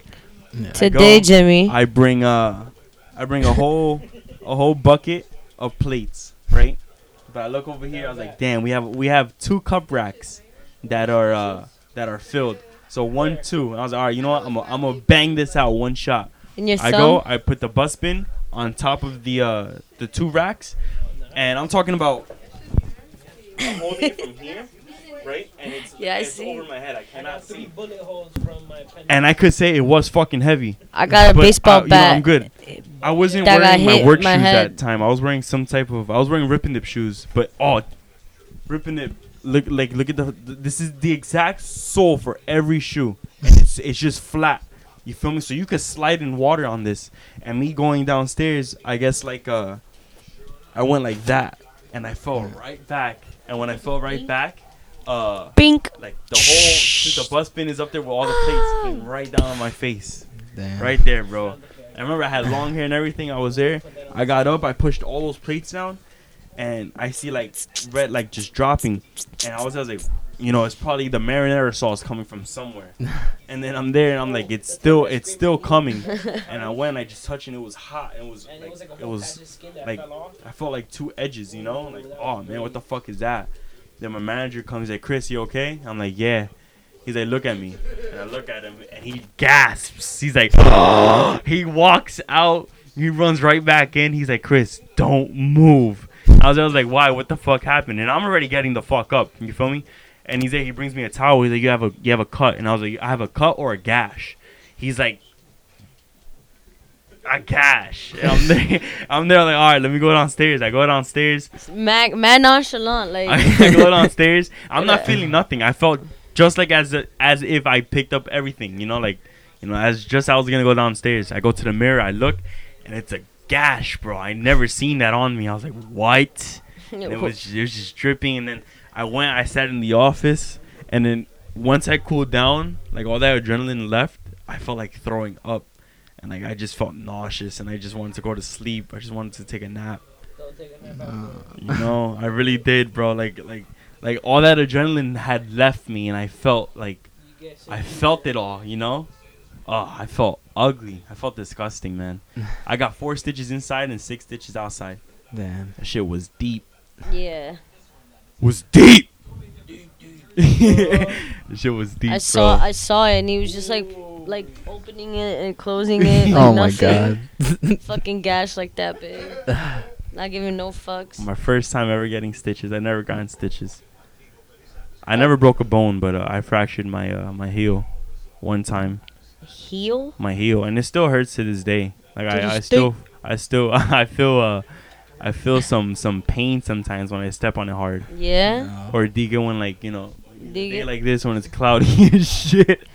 [SPEAKER 3] Today,
[SPEAKER 1] go.
[SPEAKER 3] Jimmy.
[SPEAKER 1] I bring uh, I bring a whole a whole bucket of plates, right? But I look over here. I was like, damn, we have we have two cup racks that are uh that are filled. So one, two. And I was like, all right, you know what? I'm gonna I'm gonna bang this out one shot.
[SPEAKER 3] In your
[SPEAKER 1] I
[SPEAKER 3] thumb?
[SPEAKER 1] go, I put the bus bin on top of the uh, the two racks, and I'm talking about holding it from here right? And it's,
[SPEAKER 3] [laughs] Yeah, I it's see. over
[SPEAKER 1] my head. I
[SPEAKER 5] I got three bullet holes from my pen.
[SPEAKER 1] And I could say it was fucking heavy.
[SPEAKER 3] I got a
[SPEAKER 1] but,
[SPEAKER 3] baseball
[SPEAKER 1] uh, you know,
[SPEAKER 3] bat.
[SPEAKER 1] I'm good. I wasn't
[SPEAKER 3] That got
[SPEAKER 1] wearing my
[SPEAKER 3] hit
[SPEAKER 1] work
[SPEAKER 3] in my
[SPEAKER 1] shoes
[SPEAKER 3] head.
[SPEAKER 1] that time. I was wearing some type of. I was wearing Rip and Dip shoes, but oh, Rip and Dip. Look, like, look at the. This is the exact sole for every shoe, and it's it's just flat. You feel me? So you could slide in water on this. And me going downstairs, I guess like uh, I went like that, and I fell right back. And when I fell right back, uh,
[SPEAKER 3] Bink.
[SPEAKER 1] like the whole the bus bin is up there with all the plates
[SPEAKER 3] [gasps]
[SPEAKER 1] came right down on my face
[SPEAKER 2] Damn.
[SPEAKER 1] right there bro i remember i had long hair and everything i was there i got up i pushed all those plates down and i see like red like just dropping and i was, I was like you know it's probably the marinara sauce coming from somewhere and then i'm there and i'm like it's still it's still coming and i went i just touched and it was hot and it was
[SPEAKER 5] And it was like a
[SPEAKER 1] like, it
[SPEAKER 5] whole
[SPEAKER 1] was
[SPEAKER 5] patch of skin that
[SPEAKER 1] like-
[SPEAKER 5] fell off.
[SPEAKER 1] I felt like two edges, you know? Like, oh man, what the fuck is that? Then my manager comes like, Chris, you okay? I'm like, yeah. He's like, look at me. And I look at him and he gasps. He's like, [gasps] he walks out. He runs right back in. He's like, Chris, don't move. I was, I was like, why? What the fuck happened? And I'm already getting the fuck up. You feel me? And he's like, he brings me a towel. He's like, you have a you have a cut. And I was like, I have a cut or a gash. He's like, a gash. And I'm [laughs] there. I'm there. Like, all right, let me go downstairs. I go downstairs.
[SPEAKER 3] Mag, man nonchalant.
[SPEAKER 1] [laughs]
[SPEAKER 3] Like,
[SPEAKER 1] I go downstairs. I'm not
[SPEAKER 3] Yeah.
[SPEAKER 1] feeling nothing. I felt just like as as if I picked up everything. You know, like you know, as just I was gonna go downstairs. I go to the mirror. I look, and it's a gash, bro. I never seen that on me. I was like, what?
[SPEAKER 3] [laughs]
[SPEAKER 1] And it was it was just dripping. And then I went. I sat in the office, and then once I cooled down, like all that adrenaline left, I felt like throwing up. And like I just felt nauseous, and I just wanted to go to sleep. I just wanted to take a nap.
[SPEAKER 5] Don't take
[SPEAKER 3] Uh,
[SPEAKER 5] a nap
[SPEAKER 1] You know, I really did, bro. Like, like, like all that adrenaline had left me, and I felt like
[SPEAKER 5] You get shit.
[SPEAKER 1] I felt it all. You know, oh, I felt ugly. I felt disgusting, man. I got four stitches inside and six stitches outside.
[SPEAKER 2] Damn.
[SPEAKER 1] That shit was deep.
[SPEAKER 3] yeah.
[SPEAKER 1] Was deep. [laughs] that shit was deep,
[SPEAKER 3] I saw
[SPEAKER 1] bro.
[SPEAKER 3] I saw it and he was just like like opening it and closing it.
[SPEAKER 1] [laughs]
[SPEAKER 3] Like
[SPEAKER 2] Oh my god.
[SPEAKER 3] nothing. [laughs] Fucking gash like that big.
[SPEAKER 1] [laughs]
[SPEAKER 3] Not giving no fucks.
[SPEAKER 1] My first time ever getting stitches. I never gotten stitches. I never broke a bone, but uh, I fractured my uh, my heel one time.
[SPEAKER 3] Heel?
[SPEAKER 1] my heel, and it still hurts to this day. Like
[SPEAKER 3] Did you
[SPEAKER 1] I, I
[SPEAKER 3] stick-
[SPEAKER 1] still, I still, [laughs] I feel, uh, I feel some some pain sometimes when I step on it hard,
[SPEAKER 3] Yeah.
[SPEAKER 1] [laughs] or dig it when like you know,
[SPEAKER 3] Dig
[SPEAKER 1] day
[SPEAKER 3] it.
[SPEAKER 1] like this when it's cloudy [laughs] and shit.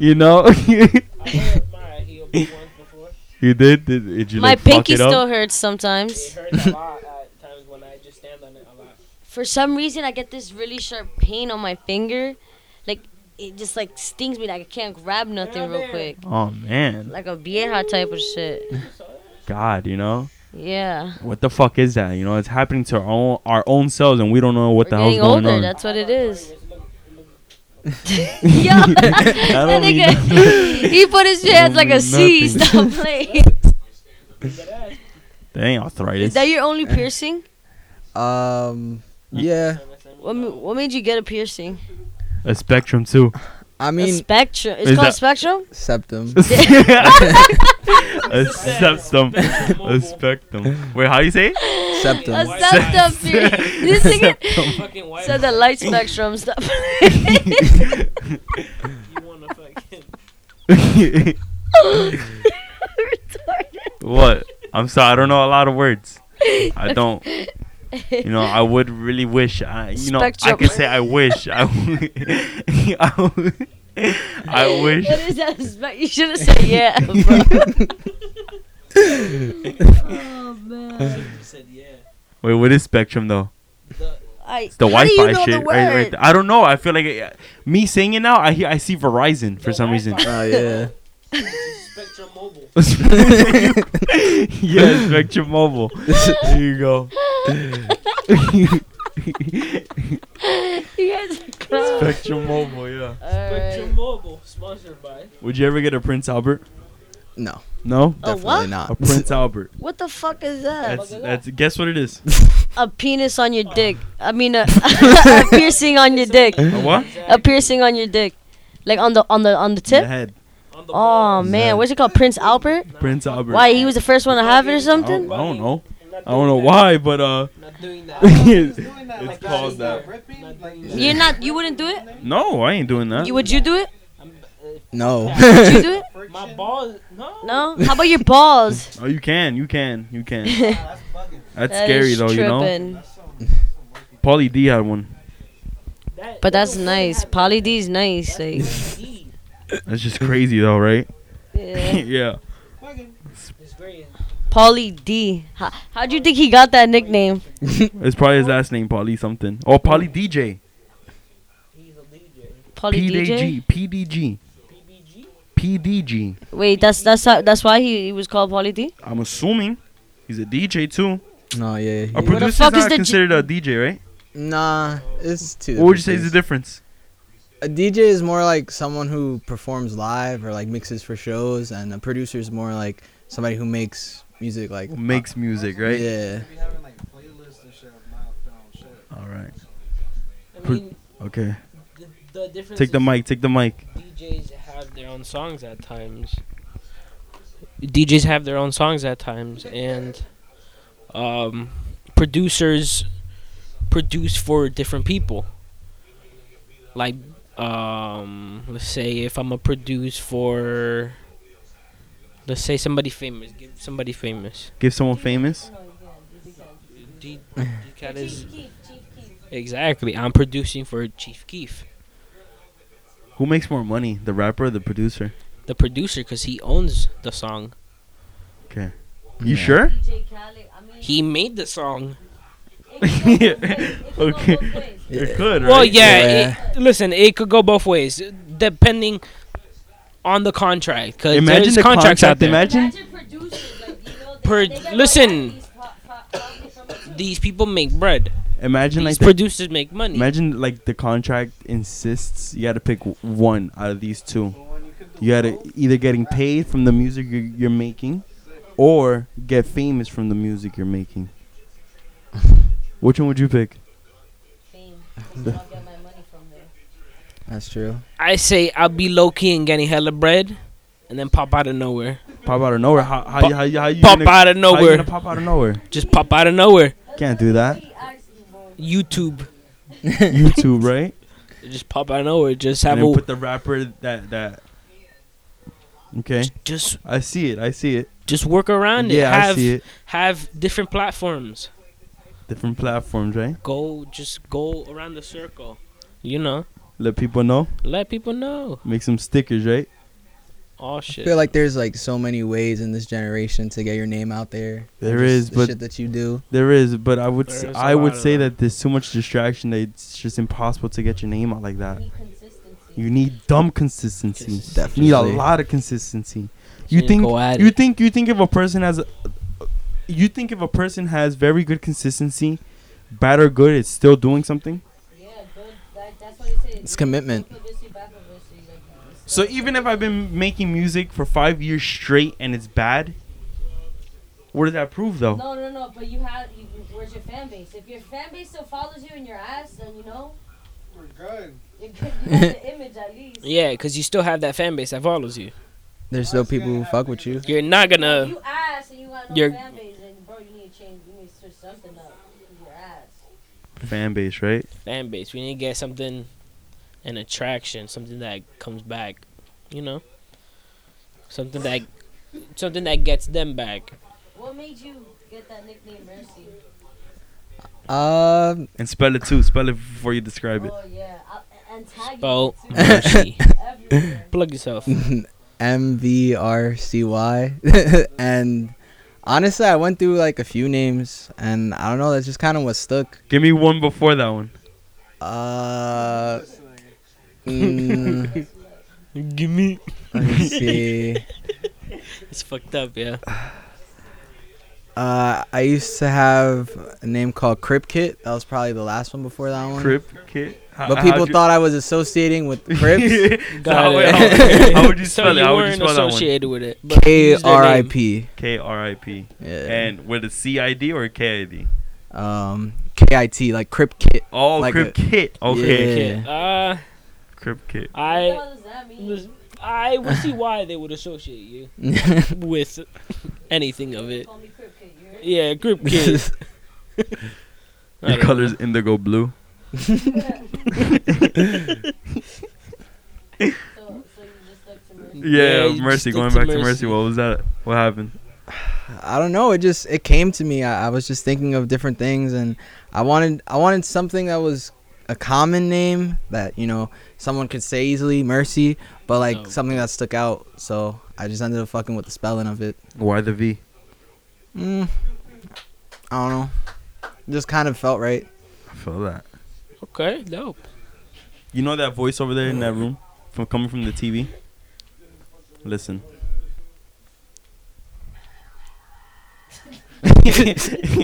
[SPEAKER 1] you know, [laughs]
[SPEAKER 5] I hurt my heel once before.
[SPEAKER 1] you did. Did, did you
[SPEAKER 3] My
[SPEAKER 1] like, fuck
[SPEAKER 3] pinky
[SPEAKER 1] it up?
[SPEAKER 3] still hurts [laughs]
[SPEAKER 5] It
[SPEAKER 3] sometimes.
[SPEAKER 5] hurts a lot at times when I just stand on it a lot.
[SPEAKER 3] For some reason I get this really sharp pain on my finger. Like it just like stings me like I can't grab nothing real quick.
[SPEAKER 1] Oh man,
[SPEAKER 3] Like a vieja type of shit.
[SPEAKER 1] God, you know
[SPEAKER 3] Yeah.
[SPEAKER 1] what the fuck is that? You know it's happening to our own our own selves, and we don't know what
[SPEAKER 3] We're
[SPEAKER 1] the hell's
[SPEAKER 3] getting
[SPEAKER 1] going
[SPEAKER 3] older,
[SPEAKER 1] on.
[SPEAKER 3] that's what it is. [laughs] Yo,
[SPEAKER 1] [laughs]
[SPEAKER 3] that
[SPEAKER 1] don't mean [laughs]
[SPEAKER 3] nigga,
[SPEAKER 1] nothing.
[SPEAKER 3] [laughs] he put his hands like
[SPEAKER 1] mean
[SPEAKER 3] a C.
[SPEAKER 1] nothing.
[SPEAKER 3] [laughs] Stop playing.
[SPEAKER 1] That ain't arthritis.
[SPEAKER 3] Is that your only piercing?
[SPEAKER 2] [laughs] Um. Yeah.
[SPEAKER 3] What, ma- what made you get a piercing?
[SPEAKER 1] a spectrum too.
[SPEAKER 2] I
[SPEAKER 3] A
[SPEAKER 2] mean
[SPEAKER 3] spectrum. It's
[SPEAKER 1] is
[SPEAKER 3] called
[SPEAKER 1] that-
[SPEAKER 3] spectrum.
[SPEAKER 1] [laughs]
[SPEAKER 2] septum. [laughs] Uh,
[SPEAKER 1] a septum. A spectrum. Wait, how you say? it?
[SPEAKER 3] A
[SPEAKER 2] Septum.
[SPEAKER 1] [laughs]
[SPEAKER 3] septum piercing. This nigga
[SPEAKER 1] Septum.
[SPEAKER 5] Fucking white.
[SPEAKER 3] said the light
[SPEAKER 1] [laughs]
[SPEAKER 3] spectrum. Stop. [laughs]
[SPEAKER 5] You wanna fucking. [laughs]
[SPEAKER 1] [laughs] what? I'm sorry. I don't know a lot of words. I don't. You know, I would really wish. I, you know, I
[SPEAKER 3] Spectrum.
[SPEAKER 1] could say I wish. I, w- [laughs] I, w- I wish.
[SPEAKER 3] What is that? Spe- you should have said
[SPEAKER 1] [laughs]
[SPEAKER 3] yeah, bro. oh man.
[SPEAKER 5] You said yeah.
[SPEAKER 1] Wait, what is spectrum though?
[SPEAKER 3] I,
[SPEAKER 1] It's the
[SPEAKER 3] how do
[SPEAKER 1] Wi-Fi
[SPEAKER 3] you know
[SPEAKER 1] shit,
[SPEAKER 3] The
[SPEAKER 1] right, right?
[SPEAKER 3] word?
[SPEAKER 1] there. I don't know. I feel like it, me saying it now. I hear, I see Verizon for some reason. [laughs]
[SPEAKER 2] Oh yeah. [laughs]
[SPEAKER 5] Spectrum Mobile.
[SPEAKER 1] yeah, Spectrum Mobile. There you go.
[SPEAKER 3] [laughs] You guys are clowns.
[SPEAKER 1] Spectrum Mobile, yeah.
[SPEAKER 3] Alright.
[SPEAKER 5] Spectrum Mobile. Sponsored by.
[SPEAKER 1] Would you ever get a Prince Albert?
[SPEAKER 2] No.
[SPEAKER 1] No?
[SPEAKER 3] A
[SPEAKER 2] Definitely
[SPEAKER 3] what?
[SPEAKER 1] A
[SPEAKER 2] not.
[SPEAKER 1] Prince
[SPEAKER 3] [laughs]
[SPEAKER 1] Albert.
[SPEAKER 3] What the fuck is that?
[SPEAKER 1] That's that's guess what it
[SPEAKER 3] [laughs]
[SPEAKER 1] is.
[SPEAKER 3] A penis on your dick. I mean, a, [laughs] a piercing on your dick.
[SPEAKER 1] A what?
[SPEAKER 3] A piercing on your dick, like on the on the on the
[SPEAKER 1] The
[SPEAKER 3] tip.
[SPEAKER 1] head.
[SPEAKER 5] On the
[SPEAKER 3] Um, Oh man, what's it called? Prince Albert?
[SPEAKER 1] Prince Albert.
[SPEAKER 3] Why he was the first one to have it or
[SPEAKER 1] I don't,
[SPEAKER 3] something?
[SPEAKER 1] I don't know.
[SPEAKER 5] button.
[SPEAKER 1] I don't know why, but
[SPEAKER 3] [laughs]
[SPEAKER 1] uh,
[SPEAKER 5] Not doing that.
[SPEAKER 1] [laughs] it's
[SPEAKER 6] It's
[SPEAKER 1] called that.
[SPEAKER 6] Ripping, like,
[SPEAKER 3] You're not. You wouldn't do it.
[SPEAKER 1] No, I ain't doing that.
[SPEAKER 3] You would you do it?
[SPEAKER 2] [laughs] No.
[SPEAKER 3] Would
[SPEAKER 2] [laughs]
[SPEAKER 3] you do it?
[SPEAKER 5] My balls. No.
[SPEAKER 3] No. How about your [laughs] balls?
[SPEAKER 1] Oh, you can, you can, you
[SPEAKER 3] [laughs]
[SPEAKER 1] can.
[SPEAKER 3] That's
[SPEAKER 1] That's scary though, you know.
[SPEAKER 3] tripping.
[SPEAKER 1] Paulie D had one.
[SPEAKER 5] That,
[SPEAKER 3] But that's nice. Poly D's nice. [laughs] Like,
[SPEAKER 5] Indeed.
[SPEAKER 1] That's just crazy though, right? [laughs]
[SPEAKER 3] yeah.
[SPEAKER 1] yeah.
[SPEAKER 5] It's great.
[SPEAKER 3] Poly D. How, how'd you think he got that nickname?
[SPEAKER 1] It's probably his last name, Paulie something. Or Paulie DJ.
[SPEAKER 5] He's a DJ.
[SPEAKER 3] Poly
[SPEAKER 1] PDG.
[SPEAKER 3] DJ.
[SPEAKER 1] PDG.
[SPEAKER 5] PBG.
[SPEAKER 1] PDG.
[SPEAKER 3] Wait, that's that's how, that's why he, he was called Poly D.
[SPEAKER 1] I'm assuming he's a DJ too.
[SPEAKER 2] No, yeah.
[SPEAKER 1] A
[SPEAKER 2] yeah.
[SPEAKER 3] produ-
[SPEAKER 1] producer's
[SPEAKER 3] fuck is
[SPEAKER 1] not
[SPEAKER 3] the G-
[SPEAKER 1] considered a DJ, right?
[SPEAKER 2] nah, it's too.
[SPEAKER 1] What would you say is the difference?
[SPEAKER 2] a DJ is more like someone who performs live or like mixes for shows, and a producer is more like somebody who makes music. Like
[SPEAKER 1] Makes music, right?
[SPEAKER 2] Yeah.
[SPEAKER 6] Be having like playlists and shit of milestone shit.
[SPEAKER 1] All right.
[SPEAKER 5] I mean,
[SPEAKER 1] Okay.
[SPEAKER 5] the, the difference.
[SPEAKER 1] Take the
[SPEAKER 5] is
[SPEAKER 1] mic. Take the mic.
[SPEAKER 5] DJs have their own songs at times. DJs have their own songs at times, and um, producers produce for different people. Like, um, let's say if I'm a produce for, let's say somebody famous, give somebody famous.
[SPEAKER 1] Give someone famous.
[SPEAKER 5] D- Decat is exactly. I'm producing for Chief Keef,
[SPEAKER 1] Who makes more money, the rapper or the producer?
[SPEAKER 5] the producer, because he owns the song.
[SPEAKER 1] You
[SPEAKER 2] Yeah.
[SPEAKER 1] sure?
[SPEAKER 5] He made the song.
[SPEAKER 1] [laughs] okay. It could, right?
[SPEAKER 5] Well, yeah.
[SPEAKER 2] Yeah.
[SPEAKER 5] It, listen, it could go both ways, depending on the contract. Because
[SPEAKER 1] Imagine
[SPEAKER 5] there's
[SPEAKER 1] the
[SPEAKER 5] contracts out
[SPEAKER 1] contract.
[SPEAKER 5] there.
[SPEAKER 1] Imagine.
[SPEAKER 5] Per- listen. These people make bread.
[SPEAKER 1] Imagine like
[SPEAKER 5] These
[SPEAKER 1] the
[SPEAKER 5] producers make money.
[SPEAKER 1] Imagine like the contract insists you got to pick w- one out of these two. You got to either getting paid from the music you're, you're making, or get famous from the music you're making. Which one would you pick?
[SPEAKER 2] That's true.
[SPEAKER 5] I say I'll be low key and getting hella bread, and then pop out of nowhere. Pop,
[SPEAKER 1] Pop out of nowhere. How how you, how, you- how you gonna,
[SPEAKER 5] out
[SPEAKER 1] How
[SPEAKER 5] of
[SPEAKER 1] you
[SPEAKER 5] nowhere.
[SPEAKER 1] gonna pop out of nowhere?
[SPEAKER 5] Just pop out of nowhere.
[SPEAKER 1] Can't do that.
[SPEAKER 5] YouTube.
[SPEAKER 2] [laughs]
[SPEAKER 1] YouTube, right?
[SPEAKER 5] Just pop out of nowhere. Just have
[SPEAKER 1] And
[SPEAKER 5] a.
[SPEAKER 1] then put the rapper that that. Okay,
[SPEAKER 5] just
[SPEAKER 1] I see it. I see it.
[SPEAKER 5] just work around it.
[SPEAKER 1] Yeah,
[SPEAKER 5] have,
[SPEAKER 1] I see it.
[SPEAKER 5] Have different platforms.
[SPEAKER 1] Different platforms, right?
[SPEAKER 5] Go just go around the circle. You know,
[SPEAKER 1] Let people know.
[SPEAKER 5] let people know.
[SPEAKER 1] Make some stickers, right?
[SPEAKER 5] Oh
[SPEAKER 2] I
[SPEAKER 5] shit.
[SPEAKER 2] feel like there's like so many ways in this generation to get your name out there.
[SPEAKER 1] There
[SPEAKER 2] Just
[SPEAKER 1] is,
[SPEAKER 2] the
[SPEAKER 1] but
[SPEAKER 2] shit that you do.
[SPEAKER 1] There is, but I would s-
[SPEAKER 5] There's a
[SPEAKER 1] I would
[SPEAKER 5] lot of
[SPEAKER 1] say
[SPEAKER 5] that.
[SPEAKER 1] that there's so much distraction that it's just impossible to get your name out like that. You need dumb consistency.
[SPEAKER 5] Just-
[SPEAKER 1] You need a
[SPEAKER 2] Definitely.
[SPEAKER 1] lot of consistency. You
[SPEAKER 5] Yeah,
[SPEAKER 1] think
[SPEAKER 5] go at
[SPEAKER 1] you
[SPEAKER 5] it.
[SPEAKER 1] think you think if a person has a, you think if a person has very good consistency, bad or good, it's still doing something.
[SPEAKER 2] It's commitment.
[SPEAKER 1] So even if I've been making music for 5 years straight and it's bad, what does that prove though?
[SPEAKER 7] No, no, no. But you have. You, where's your fan base? If your fan base still follows you in your ass, then you know
[SPEAKER 6] We're good.
[SPEAKER 7] you're good. You have the image at least.
[SPEAKER 5] Yeah, because you still have that fan base that follows you.
[SPEAKER 2] There's still people who fuck
[SPEAKER 1] [laughs]
[SPEAKER 2] with you.
[SPEAKER 5] You're not gonna.
[SPEAKER 7] you ass and you got no
[SPEAKER 5] you're-
[SPEAKER 7] fan base, and bro, you need to change. You need to switch something up. with Your ass.
[SPEAKER 1] Fan base, right?
[SPEAKER 5] Fan base. We need to get something, an attraction, something that comes back. You know, something that, something that gets them back.
[SPEAKER 7] What made you get that nickname Mercy?
[SPEAKER 2] Um, [laughs]
[SPEAKER 1] And spell it too. Spell it before you describe it.
[SPEAKER 7] Oh yeah, I, and tag
[SPEAKER 5] Spell
[SPEAKER 7] you too,
[SPEAKER 1] [laughs]
[SPEAKER 5] mercy.
[SPEAKER 7] everywhere.
[SPEAKER 5] Plug yourself.
[SPEAKER 2] M V R C Y. [laughs] And honestly, I went through like a few names, and I don't know. That's just kind of what stuck.
[SPEAKER 1] Give me one before that one. [laughs]
[SPEAKER 2] Uh. mm,
[SPEAKER 5] Give me.
[SPEAKER 2] let me see.
[SPEAKER 5] It's fucked up. [laughs] Yeah.
[SPEAKER 2] Uh, I used to have a name called Crip Kit. That was probably the last one before that one.
[SPEAKER 1] Crip kid. How-
[SPEAKER 2] But
[SPEAKER 1] how'd
[SPEAKER 2] people
[SPEAKER 1] you-
[SPEAKER 2] thought I was
[SPEAKER 1] [laughs]
[SPEAKER 2] associating with Crips.
[SPEAKER 1] So how,
[SPEAKER 5] Got it.
[SPEAKER 1] how- how
[SPEAKER 5] [laughs]
[SPEAKER 1] would you
[SPEAKER 5] So
[SPEAKER 1] spell it?
[SPEAKER 5] you
[SPEAKER 1] How would you
[SPEAKER 5] weren't
[SPEAKER 1] spell that one?
[SPEAKER 5] associated with it. but you
[SPEAKER 2] K
[SPEAKER 5] used their
[SPEAKER 2] R I
[SPEAKER 5] name.
[SPEAKER 2] P.
[SPEAKER 1] K R I P.
[SPEAKER 2] Yeah.
[SPEAKER 1] And with a C I D or a K I D?
[SPEAKER 2] Um, K I T, like Crip Kit. [laughs]
[SPEAKER 1] Oh,
[SPEAKER 2] Like
[SPEAKER 1] Crip
[SPEAKER 2] a-
[SPEAKER 1] Kit. Okay.
[SPEAKER 2] Yeah.
[SPEAKER 5] Okay. Uh,
[SPEAKER 1] Crip
[SPEAKER 7] What the
[SPEAKER 1] Kit.
[SPEAKER 5] [laughs] I.
[SPEAKER 7] hell does that mean?
[SPEAKER 5] Listen, I would see why they would associate you with anything of it.
[SPEAKER 7] Call me Crip Kid, you heard?
[SPEAKER 5] Yeah, group kid. I
[SPEAKER 1] [laughs] Your
[SPEAKER 5] don't know.
[SPEAKER 1] color's indigo blue.
[SPEAKER 7] So, so you just look to
[SPEAKER 1] [laughs]
[SPEAKER 7] mercy.
[SPEAKER 1] Yeah,
[SPEAKER 5] you
[SPEAKER 1] mercy.
[SPEAKER 5] stick
[SPEAKER 1] Going
[SPEAKER 5] to
[SPEAKER 1] back to
[SPEAKER 5] Mercy.
[SPEAKER 1] mercy. What was that? What happened?
[SPEAKER 2] I don't know. It just it came to me. I, I was just thinking of different things, and I wanted I wanted something that was a common name that you know someone could say easily, Mercy, but like
[SPEAKER 1] Oh.
[SPEAKER 5] No.
[SPEAKER 2] something that stuck out. So I just ended up fucking with the spelling of it.
[SPEAKER 1] Why the V?
[SPEAKER 2] Mm, I don't know. Just kind of felt right.
[SPEAKER 1] I feel that.
[SPEAKER 5] Okay, dope.
[SPEAKER 1] You know that voice over there in that room, from coming from the TV. Listen. [laughs]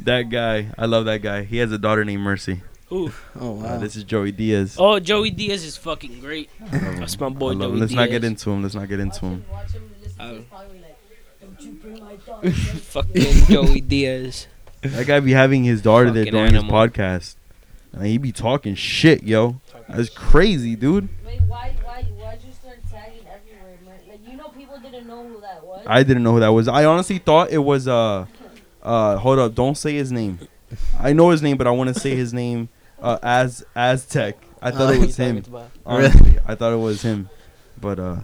[SPEAKER 1] that guy, I love that guy. He has a daughter named Mercy.
[SPEAKER 5] Ooh.
[SPEAKER 2] Oh
[SPEAKER 1] Uh,
[SPEAKER 2] wow.
[SPEAKER 1] this is Joey Diaz.
[SPEAKER 5] Oh, Joey Diaz is fucking great. That's my
[SPEAKER 1] Mm. I
[SPEAKER 5] boy,
[SPEAKER 1] love
[SPEAKER 5] Joey
[SPEAKER 1] him. Let's not get
[SPEAKER 5] Diaz.
[SPEAKER 1] into him. Let's not get into
[SPEAKER 5] [laughs]
[SPEAKER 1] him.
[SPEAKER 7] Watch him listen to
[SPEAKER 5] Oh.
[SPEAKER 7] this probably like, don't you bring my daughter.
[SPEAKER 5] [laughs]
[SPEAKER 7] Mercy."
[SPEAKER 1] [laughs]
[SPEAKER 5] fucking Joey Diaz.
[SPEAKER 1] That guy be having his daughter there
[SPEAKER 5] Fucking
[SPEAKER 1] during his
[SPEAKER 5] animal.
[SPEAKER 1] podcast, and he be talking shit, yo. That's crazy, dude.
[SPEAKER 7] Wait, why, why, why'd you start tagging everywhere, man? Like, you know, people didn't know who that was.
[SPEAKER 1] I didn't know who that was. I honestly thought it was uh, uh. Hold up, don't say his name. I know his name, but I want to say his name. Uh, as Aztec. I thought
[SPEAKER 2] Oh,
[SPEAKER 1] it
[SPEAKER 2] he's
[SPEAKER 1] was
[SPEAKER 2] [laughs]
[SPEAKER 1] him.
[SPEAKER 2] Really?
[SPEAKER 1] Honestly, I thought it was him. But uh,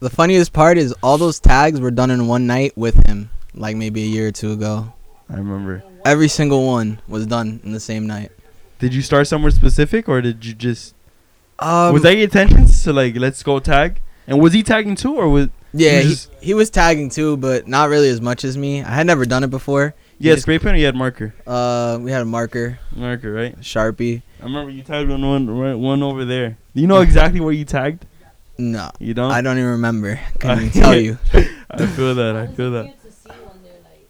[SPEAKER 2] The funniest part is all those tags were done in one night with him, like maybe a year or two ago.
[SPEAKER 1] I remember.
[SPEAKER 2] Every single one was done in the same night.
[SPEAKER 1] Did you start somewhere specific, or did you just?
[SPEAKER 2] Um,
[SPEAKER 1] was that your intentions to like let's go tag? And was he tagging too, or was?
[SPEAKER 2] Yeah,
[SPEAKER 1] You
[SPEAKER 2] he,
[SPEAKER 1] just-
[SPEAKER 2] he was tagging too, but not really as much as me. I had never done it before.
[SPEAKER 1] You had
[SPEAKER 2] just-
[SPEAKER 1] spray paint or you had marker?
[SPEAKER 2] Uh, we had a marker,
[SPEAKER 1] Marker, right?
[SPEAKER 2] a sharpie.
[SPEAKER 1] I remember you tagged on one right, one over there. Do you know exactly where you tagged?
[SPEAKER 2] No,
[SPEAKER 1] You don't?
[SPEAKER 2] I don't even
[SPEAKER 1] [laughs]
[SPEAKER 2] remember.
[SPEAKER 1] Uh,
[SPEAKER 2] Couldn't even tell you.
[SPEAKER 1] I feel that. I
[SPEAKER 7] was
[SPEAKER 1] feel that.
[SPEAKER 7] cute to see one there, like,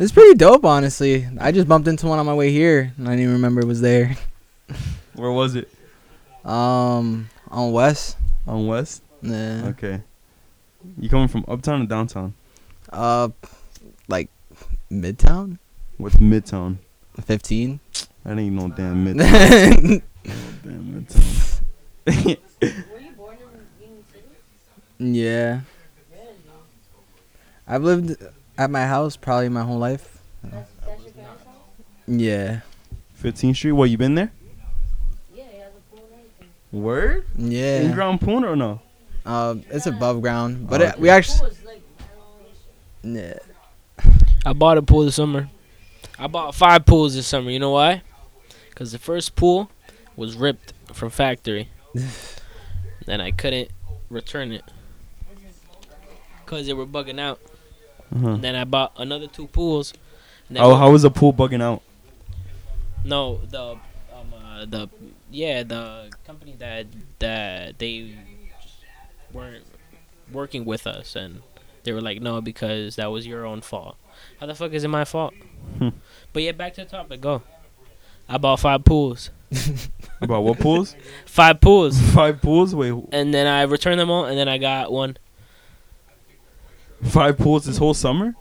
[SPEAKER 2] It's pretty dope, honestly. I just bumped into one on my way here, and I didn't even remember it was there.
[SPEAKER 1] Where was it?
[SPEAKER 2] Um, on West.
[SPEAKER 1] On West?
[SPEAKER 2] Nah.
[SPEAKER 1] Okay. You coming from uptown or downtown?
[SPEAKER 2] Uh, like Midtown,
[SPEAKER 1] What's midtown?
[SPEAKER 2] fifteen. [laughs]
[SPEAKER 1] I didn't even know damn [laughs] midtown.
[SPEAKER 2] yeah,
[SPEAKER 1] damn midtown. [laughs]
[SPEAKER 7] were you born in Union City? Really?
[SPEAKER 2] I've lived at my house probably my whole life.
[SPEAKER 7] That's, that's your parents' house?
[SPEAKER 2] Yeah,
[SPEAKER 1] 15th Street. What, you been there?
[SPEAKER 7] Yeah, he has a pool and everything.
[SPEAKER 1] Word?
[SPEAKER 2] yeah.
[SPEAKER 1] In Ground Poon or no?
[SPEAKER 2] Uh, it's above ground, but
[SPEAKER 1] Oh,
[SPEAKER 2] it, we actually.
[SPEAKER 7] Pool is like, uh,
[SPEAKER 2] Yeah.
[SPEAKER 5] I bought a pool this summer. I bought five pools this summer. You know why? Because the first pool was ripped
[SPEAKER 1] [sighs]
[SPEAKER 5] from factory, and I couldn't return it because they were bugging out.
[SPEAKER 1] Uh-huh.
[SPEAKER 5] Then I bought another two pools. and then-
[SPEAKER 1] Oh, how was the pool bugging out?
[SPEAKER 5] No, the um, uh, the yeah the company that that they just weren't working with us, and they were like, no, because that was your own fault. How the fuck is it my fault?
[SPEAKER 1] Hmm.
[SPEAKER 5] but yeah, back to the topic. Go. I bought five pools,
[SPEAKER 1] About what
[SPEAKER 5] [laughs]
[SPEAKER 1] pools? [laughs]
[SPEAKER 5] five pools,
[SPEAKER 1] Five pools? Wait, wh-
[SPEAKER 5] and then I returned them all, and then I got one.
[SPEAKER 1] five pools this whole summer?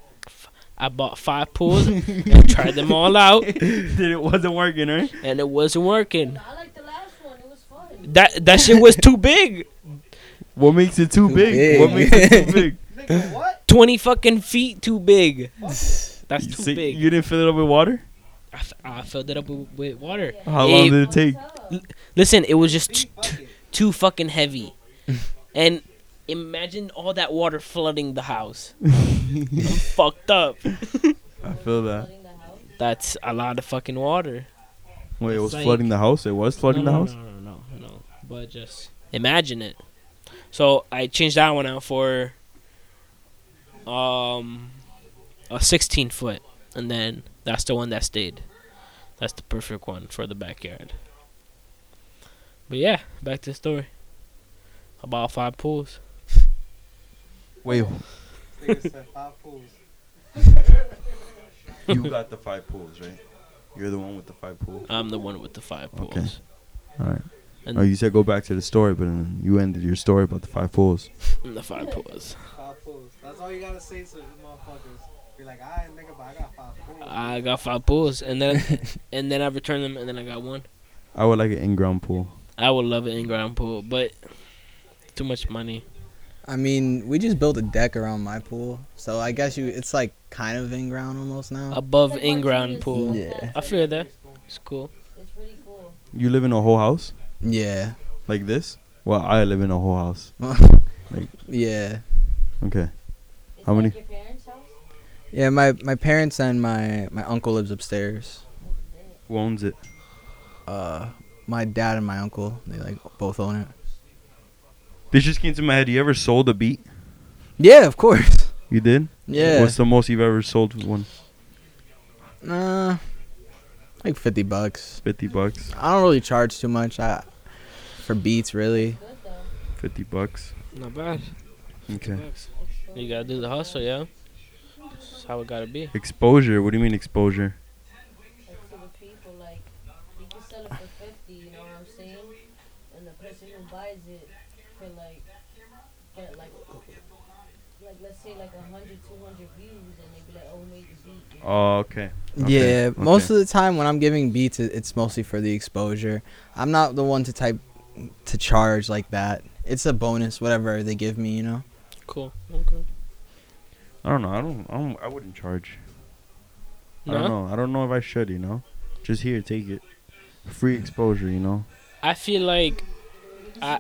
[SPEAKER 5] I bought
[SPEAKER 1] [laughs]
[SPEAKER 5] five pools and tried them all out,
[SPEAKER 1] Did it wasn't working, right?
[SPEAKER 5] and it wasn't working.
[SPEAKER 7] I liked the last one. It was fun.
[SPEAKER 5] That that shit was too big.
[SPEAKER 1] What makes it too,
[SPEAKER 2] Too
[SPEAKER 1] big? What
[SPEAKER 2] big.
[SPEAKER 1] makes it too [laughs] big?
[SPEAKER 6] Nigga, what?
[SPEAKER 5] Twenty fucking feet too big. That's
[SPEAKER 1] You
[SPEAKER 5] too
[SPEAKER 1] see-
[SPEAKER 5] big.
[SPEAKER 1] You didn't fill it up with water?
[SPEAKER 5] I, f- I filled it up with, with water.
[SPEAKER 1] How
[SPEAKER 5] It-
[SPEAKER 1] long did it take?
[SPEAKER 5] Listen, it was just t-
[SPEAKER 6] Big bucket.
[SPEAKER 5] too fucking heavy, [laughs] and imagine all that water flooding the house. I'm fucked up.
[SPEAKER 1] I feel that.
[SPEAKER 7] Flooding the house.
[SPEAKER 5] That's a lot of fucking water.
[SPEAKER 1] Wait, it
[SPEAKER 5] It's
[SPEAKER 1] was
[SPEAKER 5] like-
[SPEAKER 1] flooding the house? It was flooding
[SPEAKER 5] no,
[SPEAKER 1] the
[SPEAKER 5] no,
[SPEAKER 1] house?
[SPEAKER 5] No, no, no, no, no. But just imagine it. So I changed that one out for um a 16 foot, and then that's the one that stayed. That's the perfect one for the backyard. But yeah, back to the story. About five pools.
[SPEAKER 1] Wait,
[SPEAKER 6] Nigga said five pools.
[SPEAKER 1] [laughs] you got the five pools, right? You're the one with the five pools.
[SPEAKER 5] I'm the one with the five pools.
[SPEAKER 1] Okay. All right.
[SPEAKER 5] And-
[SPEAKER 1] oh, you said go back to the story, but then you ended your story about the five pools.
[SPEAKER 5] I'm the five pools.
[SPEAKER 6] Five pools. That's all you gotta say to these motherfuckers. Be like, I ain't nigga, but I got five pools.
[SPEAKER 5] I got five pools,
[SPEAKER 1] [laughs]
[SPEAKER 5] and then and then I returned them, and then I got one.
[SPEAKER 1] I would like an in-ground pool.
[SPEAKER 5] I would love an in-ground pool, but too much money.
[SPEAKER 2] I mean, we just built a deck around my pool, so I guess you it's like kind of in ground almost now.
[SPEAKER 5] Above in ground pool.
[SPEAKER 2] Yeah.
[SPEAKER 5] I feel that. It's cool.
[SPEAKER 3] It's pretty cool.
[SPEAKER 1] You live in a whole house
[SPEAKER 2] Yeah.
[SPEAKER 1] like this? Well, I live in a whole house.
[SPEAKER 2] yeah.
[SPEAKER 1] Okay.
[SPEAKER 3] It's
[SPEAKER 1] How many-
[SPEAKER 3] Like your parents' house?
[SPEAKER 2] Yeah, my my parents and my my uncle lives upstairs.
[SPEAKER 1] Who owns it?
[SPEAKER 2] Uh my dad and my uncle, they like both own it.
[SPEAKER 1] This just came to my head. You ever sold a beat?
[SPEAKER 2] Yeah, of course. [laughs]
[SPEAKER 1] You did?
[SPEAKER 2] Yeah.
[SPEAKER 1] What's the most you've ever sold one?
[SPEAKER 2] Nah, like fifty bucks.
[SPEAKER 1] 50 bucks.
[SPEAKER 2] I don't really charge too much. I for beats really.
[SPEAKER 3] Good though.
[SPEAKER 1] 50 bucks.
[SPEAKER 5] Not bad.
[SPEAKER 1] Okay.
[SPEAKER 5] You gotta do the hustle, yeah. That's how it gotta be.
[SPEAKER 1] Exposure. What do you mean exposure?
[SPEAKER 3] Like to the people, like you can sell it for fifty. You know what I'm saying? And the person who buys it can like get like like let's say like 100, 200 views, and they be like, oh, who made the beat. You know?
[SPEAKER 1] Oh, okay.
[SPEAKER 2] yeah,
[SPEAKER 1] Okay,
[SPEAKER 2] most
[SPEAKER 1] okay.
[SPEAKER 2] of the time when I'm giving beats, it, it's mostly for the exposure. I'm not the one to type to charge like that. It's a bonus, whatever they give me, you know.
[SPEAKER 5] Cool. Okay.
[SPEAKER 1] I don't know. I don't. I, don't, I wouldn't charge. I
[SPEAKER 5] No?
[SPEAKER 1] don't know. I don't know if I should. You know, just here, take it. Free exposure. You know.
[SPEAKER 5] I feel like I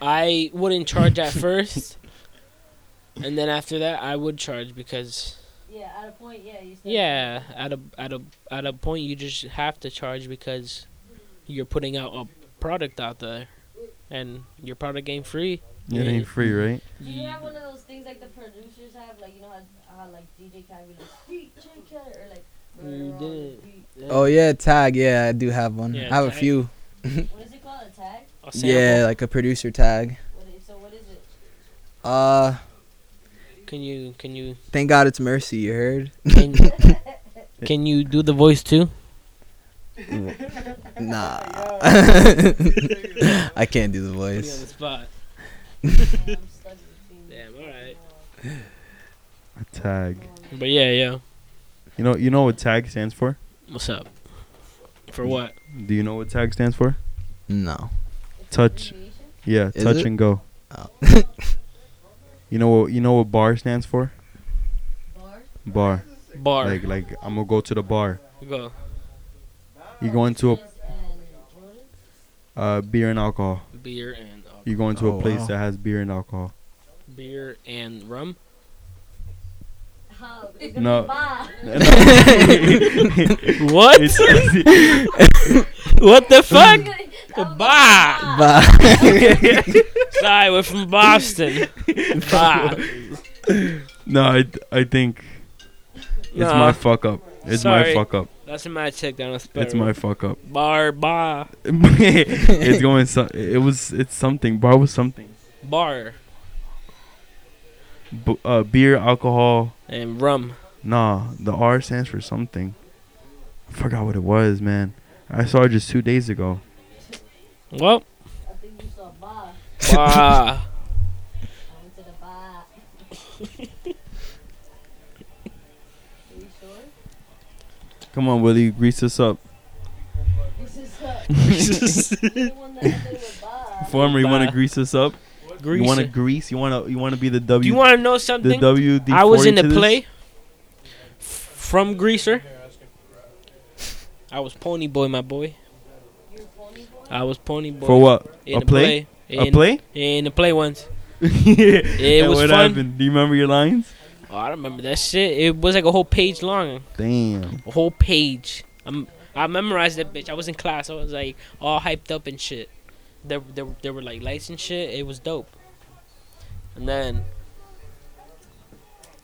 [SPEAKER 5] I wouldn't
[SPEAKER 1] [laughs]
[SPEAKER 5] charge at first, and then after that I would charge because
[SPEAKER 3] Yeah, at a point, yeah, you. Said
[SPEAKER 5] yeah, at a at a at a point you just have to charge because you're putting out a product out there, and your product ain't free.
[SPEAKER 1] It ain't free, right?
[SPEAKER 3] Do you have one of those things like the producers have, like you know how, how like DJ Khaled be like DJ Khaled or like.
[SPEAKER 5] You
[SPEAKER 3] murder on
[SPEAKER 5] did.
[SPEAKER 3] the beat.
[SPEAKER 2] Oh yeah, tag. Yeah, I do have one.
[SPEAKER 5] Yeah,
[SPEAKER 2] I have
[SPEAKER 5] tag.
[SPEAKER 2] a few.
[SPEAKER 3] What is it called? A tag?
[SPEAKER 5] A
[SPEAKER 2] Yeah, like a producer tag.
[SPEAKER 3] What is, so what is it?
[SPEAKER 2] Uh,
[SPEAKER 5] Can you can you
[SPEAKER 2] thank God it's mercy. You heard?
[SPEAKER 5] [laughs] can, can you do the voice too?
[SPEAKER 2] [laughs]
[SPEAKER 5] [laughs]
[SPEAKER 2] Nah. I can't do the
[SPEAKER 5] Put me on the
[SPEAKER 2] voice.
[SPEAKER 5] spot.
[SPEAKER 3] I'm Um, stuck between.
[SPEAKER 5] Damn. All right.
[SPEAKER 1] A tag.
[SPEAKER 5] But yeah, yeah.
[SPEAKER 1] You know. You know what tag stands for?
[SPEAKER 5] What's up? For what?
[SPEAKER 1] Do you know what tag stands for?
[SPEAKER 2] No. [laughs]
[SPEAKER 1] Touch.
[SPEAKER 3] Abbreviation?
[SPEAKER 1] Yeah.
[SPEAKER 2] Is
[SPEAKER 1] touch
[SPEAKER 2] it?
[SPEAKER 1] and go.
[SPEAKER 2] Oh.
[SPEAKER 1] You know what? You know what bar stands for?
[SPEAKER 3] Bar?
[SPEAKER 1] Bar.
[SPEAKER 5] Bar.
[SPEAKER 1] Like like I'm gonna go to the bar.
[SPEAKER 5] Go.
[SPEAKER 1] You going to a
[SPEAKER 3] Yes, and what is it?
[SPEAKER 1] uh, beer and alcohol.
[SPEAKER 5] Beer and uh,
[SPEAKER 1] You going to
[SPEAKER 2] Oh,
[SPEAKER 1] a place
[SPEAKER 2] wow.
[SPEAKER 1] that has beer and alcohol. [laughs]
[SPEAKER 5] beer and rum.
[SPEAKER 3] How? [laughs]
[SPEAKER 1] [laughs] No.
[SPEAKER 3] Bar.
[SPEAKER 5] What? [laughs] what [laughs] the fuck? Bah.
[SPEAKER 2] But
[SPEAKER 5] [laughs] Sorry, we're from [laughs] Boston. Bah.
[SPEAKER 1] [laughs] no, I I think it's
[SPEAKER 5] Nah.
[SPEAKER 1] my fuck up. It's my
[SPEAKER 5] Sorry.
[SPEAKER 1] fuck up.
[SPEAKER 5] That's my check down. That's
[SPEAKER 1] It's my fuck up.
[SPEAKER 5] bar bar
[SPEAKER 1] it's [laughs] going. So, it was. It's something. Bar was something.
[SPEAKER 5] bar
[SPEAKER 1] B- uh, beer, alcohol.
[SPEAKER 5] and rum.
[SPEAKER 1] Nah, the R stands for something. I forgot what it was, man. I saw it just two days ago.
[SPEAKER 5] Well,
[SPEAKER 3] I think you saw bar.
[SPEAKER 5] [laughs] bah.
[SPEAKER 3] I went to the
[SPEAKER 1] [laughs]
[SPEAKER 3] bar. Are you sure?
[SPEAKER 1] Come on, Willie, grease us up.
[SPEAKER 3] This is uh, you're the one that ended with bar.
[SPEAKER 1] Former, you want
[SPEAKER 5] Bah.
[SPEAKER 1] to grease us up? You want to
[SPEAKER 5] Grease.
[SPEAKER 1] grease? You want to? You want to be the W?
[SPEAKER 5] Do you want to know
[SPEAKER 1] the
[SPEAKER 5] something?
[SPEAKER 1] WD?
[SPEAKER 5] I was in the
[SPEAKER 1] to this?
[SPEAKER 5] play f- from Greaser. I was Pony Boy, my boy.
[SPEAKER 3] You're a pony boy?
[SPEAKER 5] I was Pony Boy.
[SPEAKER 1] for what?
[SPEAKER 5] In
[SPEAKER 1] A
[SPEAKER 5] the
[SPEAKER 1] play?
[SPEAKER 5] In,
[SPEAKER 1] a
[SPEAKER 5] [laughs]
[SPEAKER 1] play?
[SPEAKER 5] In the play once.
[SPEAKER 1] it
[SPEAKER 5] was
[SPEAKER 1] what
[SPEAKER 5] fun.
[SPEAKER 1] happened? Do you remember your lines?
[SPEAKER 5] Oh, I don't remember that shit. It was like a whole page long.
[SPEAKER 1] Damn.
[SPEAKER 5] A whole page. I'm, I memorized that bitch. I was in class. I was like all hyped up and shit. There, there, there were like lights and shit. It was dope. And then,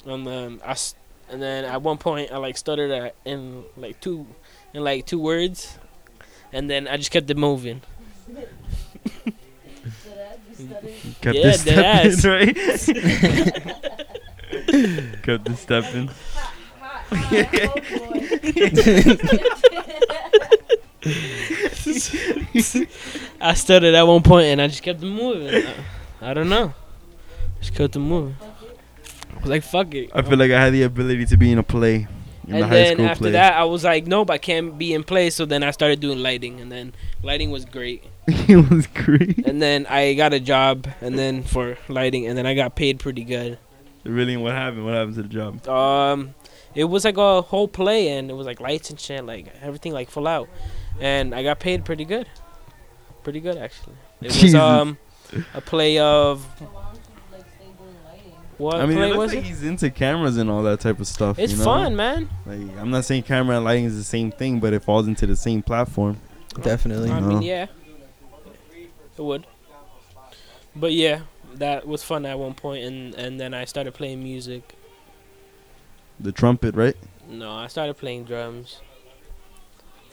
[SPEAKER 5] and then I, s- and then at one point I like stuttered at, in like two, in like two words, and then I just kept it moving.
[SPEAKER 3] So that you studied.
[SPEAKER 1] Kept
[SPEAKER 5] Yeah,
[SPEAKER 1] this step
[SPEAKER 5] dead ass.
[SPEAKER 1] in, right?
[SPEAKER 5] [laughs]
[SPEAKER 1] Kept this step in.
[SPEAKER 3] Hot, hot, oh boy.
[SPEAKER 5] I stuttered at one point and I just kept it moving. I, I don't know. Just kept it moving. I was like, fuck it.
[SPEAKER 1] I feel like I had the ability to be in a play. In the
[SPEAKER 5] and
[SPEAKER 1] high
[SPEAKER 5] then
[SPEAKER 1] school
[SPEAKER 5] after
[SPEAKER 1] play. [laughs]
[SPEAKER 5] that, I was like, nope, I can't be in play. So then I started doing lighting, and then lighting was great.
[SPEAKER 1] it was great.
[SPEAKER 5] And then I got a job, and then for lighting, and then I got paid pretty good.
[SPEAKER 1] Really, what happened? What happened to the job?
[SPEAKER 5] Um, it was like a whole play, and it was like lights and shit, like everything like full out, and I got paid pretty good, pretty good actually. It was
[SPEAKER 1] [laughs] Jesus.
[SPEAKER 5] um a play of what
[SPEAKER 1] I mean, it
[SPEAKER 5] play
[SPEAKER 1] looks
[SPEAKER 5] was
[SPEAKER 1] like
[SPEAKER 5] it?
[SPEAKER 1] he's into cameras and all that type of stuff.
[SPEAKER 5] It's
[SPEAKER 1] you know?
[SPEAKER 5] fun, man.
[SPEAKER 1] Like, I'm not saying camera and lighting is the same thing, but it falls into the same platform.
[SPEAKER 2] Definitely.
[SPEAKER 5] I
[SPEAKER 1] No.
[SPEAKER 5] mean, yeah, it would. But yeah, that was fun at one point, and and then I started playing music.
[SPEAKER 1] The trumpet, right?
[SPEAKER 5] No, I started playing drums.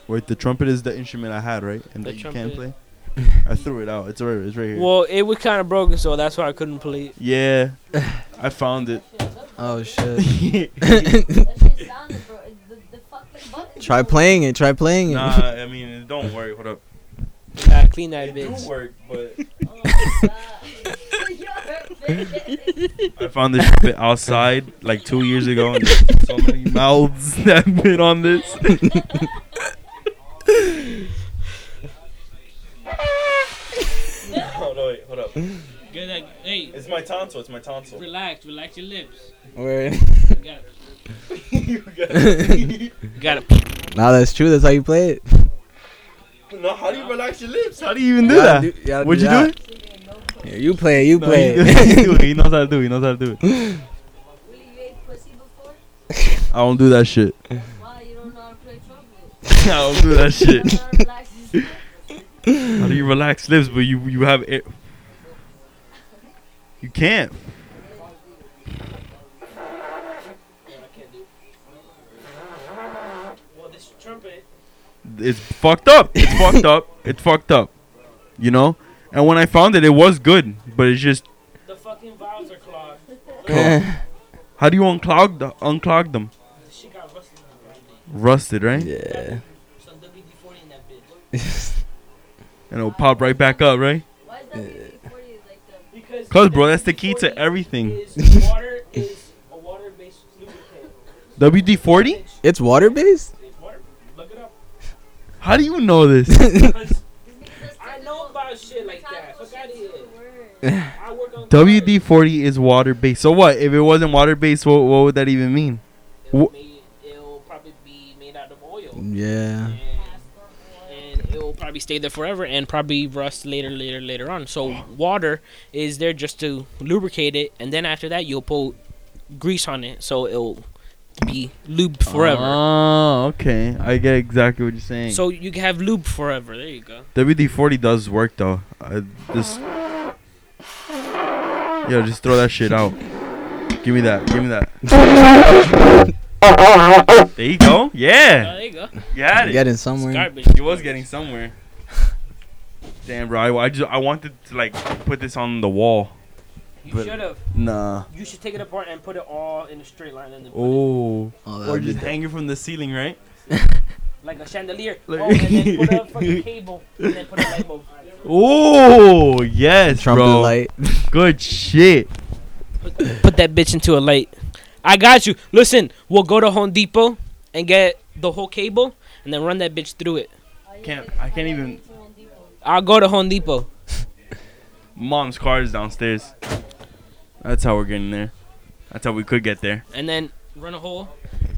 [SPEAKER 1] Wait, the trumpet is the instrument I had, right? And
[SPEAKER 5] The
[SPEAKER 1] that you can't play. [laughs]
[SPEAKER 5] trumpet.
[SPEAKER 1] I threw it out. It's right. It's right here.
[SPEAKER 5] Well, it was kind of broken, so that's why I couldn't play. it.
[SPEAKER 1] Yeah, [laughs] I found [laughs] it.
[SPEAKER 2] Oh shit. [laughs]
[SPEAKER 7] That shit sounded, bro. It's the, the fucking button.
[SPEAKER 2] Try playing it. Try playing it.
[SPEAKER 1] nah, I mean, it don't work. Hold up.
[SPEAKER 5] I clean that bitch.
[SPEAKER 1] work, but
[SPEAKER 7] [laughs] Oh my god. You're a bitch.
[SPEAKER 1] I found this shit outside like two years ago, and there's so many mouths [laughs] that been on this. [laughs] Hold on, wait, hold up.
[SPEAKER 5] hey,
[SPEAKER 1] It's my tonsil. It's my tonsil.
[SPEAKER 5] relax, relax your lips.
[SPEAKER 2] [laughs] Word.
[SPEAKER 1] [laughs] you gotta,
[SPEAKER 5] Got it.
[SPEAKER 2] Nah, that's true. That's how you play it.
[SPEAKER 1] no, how do you relax your lips? How do you even do
[SPEAKER 2] Gotta
[SPEAKER 1] that?
[SPEAKER 2] do- gotta
[SPEAKER 1] Would you do
[SPEAKER 2] that.
[SPEAKER 1] it?
[SPEAKER 2] Yeah, you play it. You
[SPEAKER 1] No, [laughs]
[SPEAKER 2] play
[SPEAKER 1] he,
[SPEAKER 2] it.
[SPEAKER 1] do it.
[SPEAKER 2] [laughs]
[SPEAKER 1] he knows how to do it. He knows how to do it.
[SPEAKER 7] Really, you ate pussy before?
[SPEAKER 1] [laughs] I don't do that shit.
[SPEAKER 7] Wow, you don't know how to play trumpet.
[SPEAKER 1] [laughs] I don't do that
[SPEAKER 7] You
[SPEAKER 1] shit.
[SPEAKER 7] don't know how to relax your skin.
[SPEAKER 1] How do you relax lips, but you you have air? You can't.
[SPEAKER 5] Well, this trumpet.
[SPEAKER 1] It's fucked up. [laughs] It's fucked up. It's fucked up. You know. And when I found it, it was good, but it's just
[SPEAKER 5] The fucking valves are clogged.
[SPEAKER 1] clogged. how do you unclog the unclog them?
[SPEAKER 5] She got rusted.
[SPEAKER 1] Rusted, right?
[SPEAKER 2] yeah.
[SPEAKER 5] Some WD-40 in that bitch.
[SPEAKER 1] And it'll pop right back up, right?
[SPEAKER 7] Why is that WD-40 like the
[SPEAKER 5] Because
[SPEAKER 1] Cause, bro, that's the key to everything.
[SPEAKER 5] Is water is a water-based lubricant.
[SPEAKER 1] WD forty?
[SPEAKER 2] It's water based.
[SPEAKER 5] Look it up.
[SPEAKER 1] How do you know this? [laughs]
[SPEAKER 5] Because I know about shit like that. Fuck out of here.
[SPEAKER 1] [laughs]
[SPEAKER 5] I work on
[SPEAKER 1] WD forty is water based. So what? If it wasn't water based, what, what would that even mean?
[SPEAKER 5] It'll, be- it'll probably be made out of oil.
[SPEAKER 2] [laughs] Yeah.
[SPEAKER 5] And, and it'll probably stay there forever and probably rust later, later, later on. So water is there just to lubricate it, and then after that you'll put grease on it, so it'll be lubed forever.
[SPEAKER 1] Oh, okay. I get exactly what you're saying.
[SPEAKER 5] so you can have lube forever. There you go.
[SPEAKER 1] WD forty does work though. I just yo, just throw that shit out. Give me that. Give me that. there you go.
[SPEAKER 5] Oh,
[SPEAKER 1] Yeah,
[SPEAKER 5] there you go. It's
[SPEAKER 1] got it.
[SPEAKER 2] Getting somewhere.
[SPEAKER 5] garbage.
[SPEAKER 1] You was getting somewhere. Damn, bro. I, I just I wanted to like put this on the wall.
[SPEAKER 5] You
[SPEAKER 1] but-
[SPEAKER 5] should have.
[SPEAKER 1] Nah.
[SPEAKER 5] You should take it apart and put it all in a straight line and then put it,
[SPEAKER 1] Oh.
[SPEAKER 2] Oh,
[SPEAKER 1] Or
[SPEAKER 2] that'd be
[SPEAKER 1] just hang it from the ceiling, right?
[SPEAKER 5] like a chandelier.
[SPEAKER 1] Like-
[SPEAKER 5] oh, and then
[SPEAKER 1] [laughs]
[SPEAKER 5] put a fucking cable and then put a light bulb.
[SPEAKER 1] Oh yes,
[SPEAKER 2] trumpet
[SPEAKER 1] bro. [laughs]
[SPEAKER 2] light.
[SPEAKER 1] Good shit.
[SPEAKER 5] Put that bitch into a light. I got you. Listen, we'll go to Home Depot and get the whole cable and then run that bitch through it.
[SPEAKER 1] Can't I can't even.
[SPEAKER 5] I'll go to Home Depot.
[SPEAKER 1] Mom's car is downstairs. That's how we're getting there. That's how we could get there.
[SPEAKER 5] and then run a hole,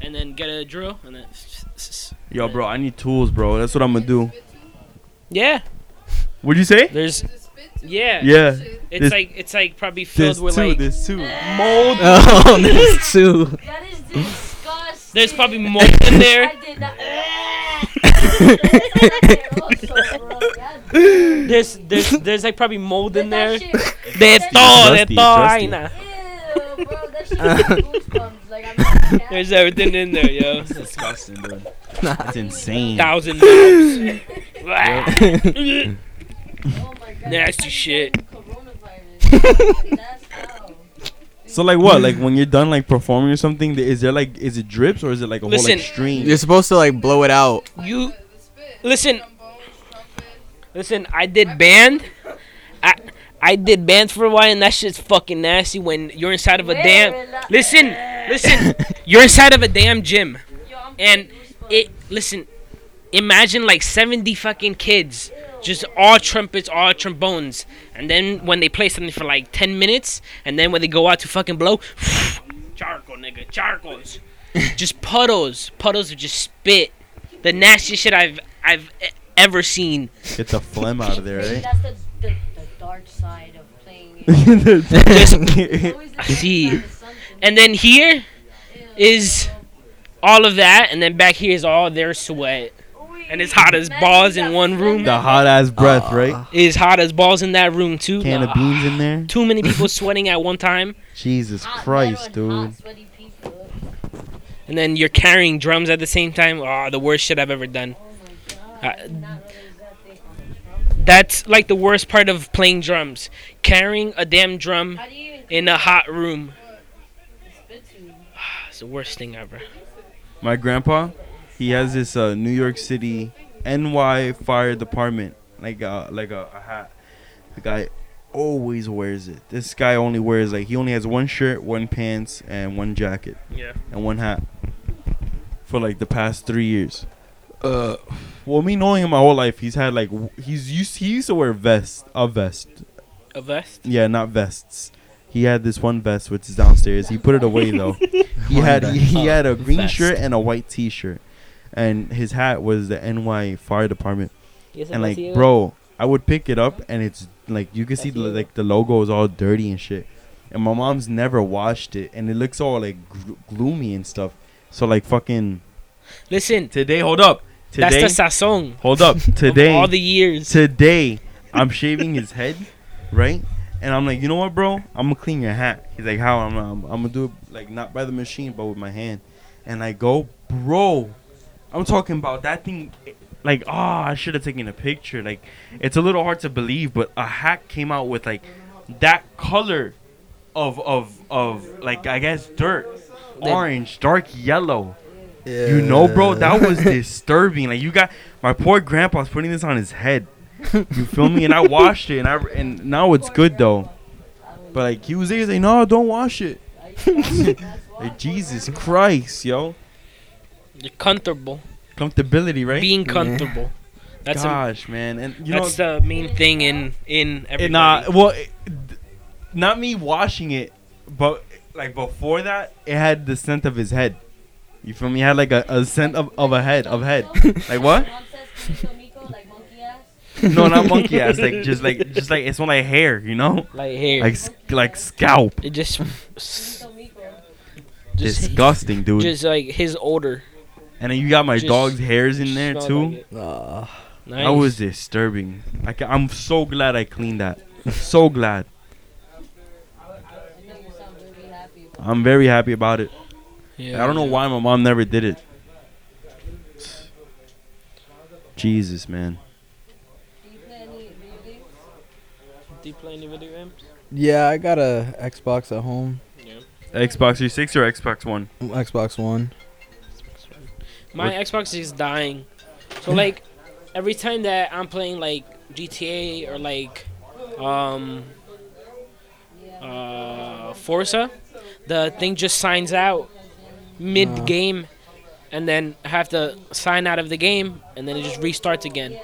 [SPEAKER 5] and then get a drill, and then [laughs]
[SPEAKER 1] Yo, bro, I need tools, bro. That's what I'm gonna do.
[SPEAKER 5] yeah,
[SPEAKER 1] What'd you say?
[SPEAKER 5] there's yeah,
[SPEAKER 1] Yeah.
[SPEAKER 5] It's
[SPEAKER 1] This-
[SPEAKER 5] like it's like probably filled
[SPEAKER 1] There's two.
[SPEAKER 5] with like Uh.
[SPEAKER 1] There's two.
[SPEAKER 5] mold.
[SPEAKER 1] [laughs]
[SPEAKER 2] oh, that's two.
[SPEAKER 7] That is disgusting.
[SPEAKER 5] There's probably mold
[SPEAKER 1] [laughs]
[SPEAKER 5] in there.
[SPEAKER 7] I did [laughs] not. Also, bro, yeah,
[SPEAKER 5] There's there's there's like probably mold in there.
[SPEAKER 7] that shit-
[SPEAKER 5] De todo, de
[SPEAKER 1] Dusty,
[SPEAKER 5] todo,
[SPEAKER 1] dusty.
[SPEAKER 5] ay, nah.
[SPEAKER 7] Ew, bro, that
[SPEAKER 5] [laughs]
[SPEAKER 7] shit gives me goosebumps. Like, I'm not kidding.
[SPEAKER 5] There's everything in there, yo.
[SPEAKER 1] That's disgusting, dude. That's insane.
[SPEAKER 5] Thousand dollars.
[SPEAKER 7] Oh my God,
[SPEAKER 5] Nasty
[SPEAKER 7] that's
[SPEAKER 5] shit.
[SPEAKER 7] like
[SPEAKER 5] [laughs]
[SPEAKER 7] Coronavirus. That's how.
[SPEAKER 1] So like what? Like when you're done like performing or something, th- is there like is it drips or is it like a whole
[SPEAKER 5] Listen.
[SPEAKER 1] like stream?
[SPEAKER 2] [laughs] You're supposed to like blow it out.
[SPEAKER 5] you listen, listen. I did band. I I did band for a while, and that shit's fucking nasty. When you're inside of a damn.
[SPEAKER 7] Rela-
[SPEAKER 5] Listen, listen. You're inside of a damn gym.
[SPEAKER 7] Yo,
[SPEAKER 5] And it listen, imagine like seventy fucking kids, just all trumpets, all trombones, and then when they play something for like ten minutes, and then when they go out to fucking blow, [sniffs] charcoal, nigga, charcoals, just puddles, puddles of just spit, the nastiest shit I've I've e- ever seen.
[SPEAKER 1] Get the phlegm out of there,
[SPEAKER 7] Maybe
[SPEAKER 5] [laughs]
[SPEAKER 1] [laughs] eh?
[SPEAKER 7] that's the, the, the dark side of playing it.
[SPEAKER 2] [laughs]
[SPEAKER 7] Always
[SPEAKER 1] Just-
[SPEAKER 7] the
[SPEAKER 5] I
[SPEAKER 7] dark
[SPEAKER 5] see.
[SPEAKER 7] side of something.
[SPEAKER 5] And then here
[SPEAKER 7] Ew.
[SPEAKER 5] is all of that, and then back here is all their sweat. And it's hot as
[SPEAKER 7] Imagine
[SPEAKER 5] balls
[SPEAKER 7] that
[SPEAKER 5] in one room.
[SPEAKER 1] the hot ass breath, right?
[SPEAKER 5] It is hot as balls in that room too.
[SPEAKER 1] Can of
[SPEAKER 5] Uh. Nah,
[SPEAKER 1] beans in there. [laughs]
[SPEAKER 5] Too many people sweating at one time,
[SPEAKER 1] Jesus
[SPEAKER 7] Hot
[SPEAKER 1] Christ,
[SPEAKER 7] metal and hot,
[SPEAKER 1] dude.
[SPEAKER 7] sweaty people.
[SPEAKER 5] and then you're carrying drums at the same time. Ah, the worst shit I've ever done.
[SPEAKER 7] Oh my god.
[SPEAKER 5] Uh,
[SPEAKER 7] I did not realize that thing on the trumpet.
[SPEAKER 5] That's like the worst part of playing drums. Carrying a damn drum
[SPEAKER 7] How do you even
[SPEAKER 5] in a hot room.
[SPEAKER 7] spit to you?
[SPEAKER 5] It's the worst thing ever.
[SPEAKER 1] My grandpa, he has this uh, New York City NY fire department, like uh, like a, a hat. The guy always wears it. This guy only wears like he only has one shirt, one pants, and one jacket.
[SPEAKER 5] Yeah.
[SPEAKER 1] and one hat for like the past three years. Uh, well, me knowing him my whole life, he's had like w- he's used he used to wear vest a vest.
[SPEAKER 5] A vest.
[SPEAKER 1] Yeah, not vests. He had this one vest which is downstairs. He put it away though. he
[SPEAKER 2] One
[SPEAKER 1] had
[SPEAKER 2] vest.
[SPEAKER 1] he
[SPEAKER 5] Oh,
[SPEAKER 1] had a green
[SPEAKER 5] vest.
[SPEAKER 1] shirt and a white T-shirt, and his hat was the NY Fire Department. And like, bro, I would pick it up and it's like you can see the, like the logo is all dirty and shit. And my mom's never washed it, and it looks all like gl- gloomy and stuff. So like fucking
[SPEAKER 5] Listen,
[SPEAKER 1] today, hold up, today,
[SPEAKER 5] that's the sazon.
[SPEAKER 1] hold up, today,
[SPEAKER 5] Of all the years.
[SPEAKER 1] today, I'm shaving his head, right? And I'm like, you know what, bro? I'm gonna clean your hat. He's like, how? I'm, I'm, I'm gonna do it like not by the machine, but with my hand. And I go, bro, I'm talking about that thing. Like, oh, I should have taken a picture. Like, it's a little hard to believe, but a hat came out with like that color of of of like I guess dirt, orange, dark yellow. You know, bro, that
[SPEAKER 2] [laughs]
[SPEAKER 1] was disturbing. Like you got my poor grandpa's putting this on his head. You feel me? And I washed it, and I and now it's good though. But like he was there, he's like, no, don't wash it. [laughs] like Jesus Christ, yo,
[SPEAKER 5] You're comfortable.
[SPEAKER 1] comfortability, right?
[SPEAKER 5] Being comfortable. That's a,
[SPEAKER 1] Gosh, man, and you
[SPEAKER 5] that's
[SPEAKER 1] know,
[SPEAKER 5] the main thing in in
[SPEAKER 1] it
[SPEAKER 5] everything.
[SPEAKER 1] not well, it, th- not me washing it, but like before that, it had the scent of his head. You feel me? It had like a, a scent of, of a head of head. Like what?
[SPEAKER 7] Mom says "Mico, mico," like monkey ass.
[SPEAKER 1] No,
[SPEAKER 2] [laughs]
[SPEAKER 1] not monkey ass. Like just like just like it's on like hair, you know,
[SPEAKER 5] like hair.
[SPEAKER 1] like s- like scalp.
[SPEAKER 5] it just just
[SPEAKER 7] Mico, mico.
[SPEAKER 1] Disgusting, dude.
[SPEAKER 5] just like his odor.
[SPEAKER 1] and then you got my
[SPEAKER 5] just
[SPEAKER 1] dog's hairs in there
[SPEAKER 5] smelled
[SPEAKER 1] too.
[SPEAKER 5] like it.
[SPEAKER 2] Uh,
[SPEAKER 5] Nice.
[SPEAKER 1] that was disturbing. I ca- I'm so glad I cleaned that. so glad.
[SPEAKER 7] I know you sound really happy. But
[SPEAKER 1] I'm very happy about it.
[SPEAKER 5] Yeah.
[SPEAKER 1] I don't know why my mom never did it. Jesus, man.
[SPEAKER 7] do you play any video games?
[SPEAKER 5] Do you play any video games?
[SPEAKER 2] yeah, I got a Xbox at home,
[SPEAKER 1] Xbox 360 or Xbox One?
[SPEAKER 2] Xbox One.
[SPEAKER 5] My Xbox is dying. So like every time that I'm playing like GTA or like um uh Forza, the thing just signs out mid game and then I have to sign out of the game and then it just restarts again.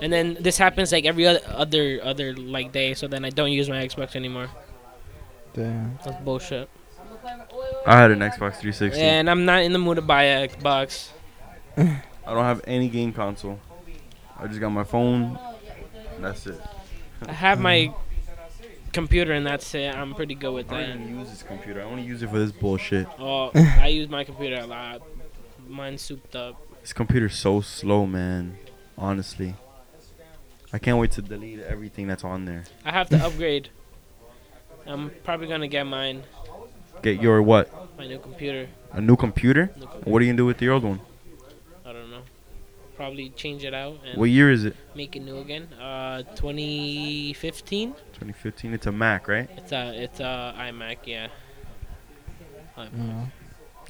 [SPEAKER 5] And then this happens like every other other other like day, so then I don't use my Xbox anymore.
[SPEAKER 2] Damn.
[SPEAKER 5] That's bullshit.
[SPEAKER 1] I had an Xbox 360.
[SPEAKER 5] And I'm not in the mood to buy an Xbox.
[SPEAKER 1] I don't have any game console. I just got my phone. That's it.
[SPEAKER 5] I have my
[SPEAKER 1] Mm-hmm.
[SPEAKER 5] computer and that's it. I'm pretty good with
[SPEAKER 1] I
[SPEAKER 5] that.
[SPEAKER 1] don't even use this computer. I only use it for this bullshit.
[SPEAKER 5] Oh,
[SPEAKER 1] [laughs]
[SPEAKER 5] I use my computer a lot. Mine's souped up.
[SPEAKER 1] This computer's so slow, man. Honestly. I can't wait to delete everything that's on there.
[SPEAKER 5] I have to upgrade. I'm probably gonna get mine,
[SPEAKER 1] Get your what?
[SPEAKER 5] my new computer.
[SPEAKER 1] A new computer?
[SPEAKER 5] New computer.
[SPEAKER 1] What are you gonna do with the old one?
[SPEAKER 5] I don't know. Probably change it out and
[SPEAKER 1] What year is it?
[SPEAKER 5] make it new again. Uh, 2015.
[SPEAKER 1] 2015. It's a Mac, right?
[SPEAKER 5] It's a it's a iMac. Yeah,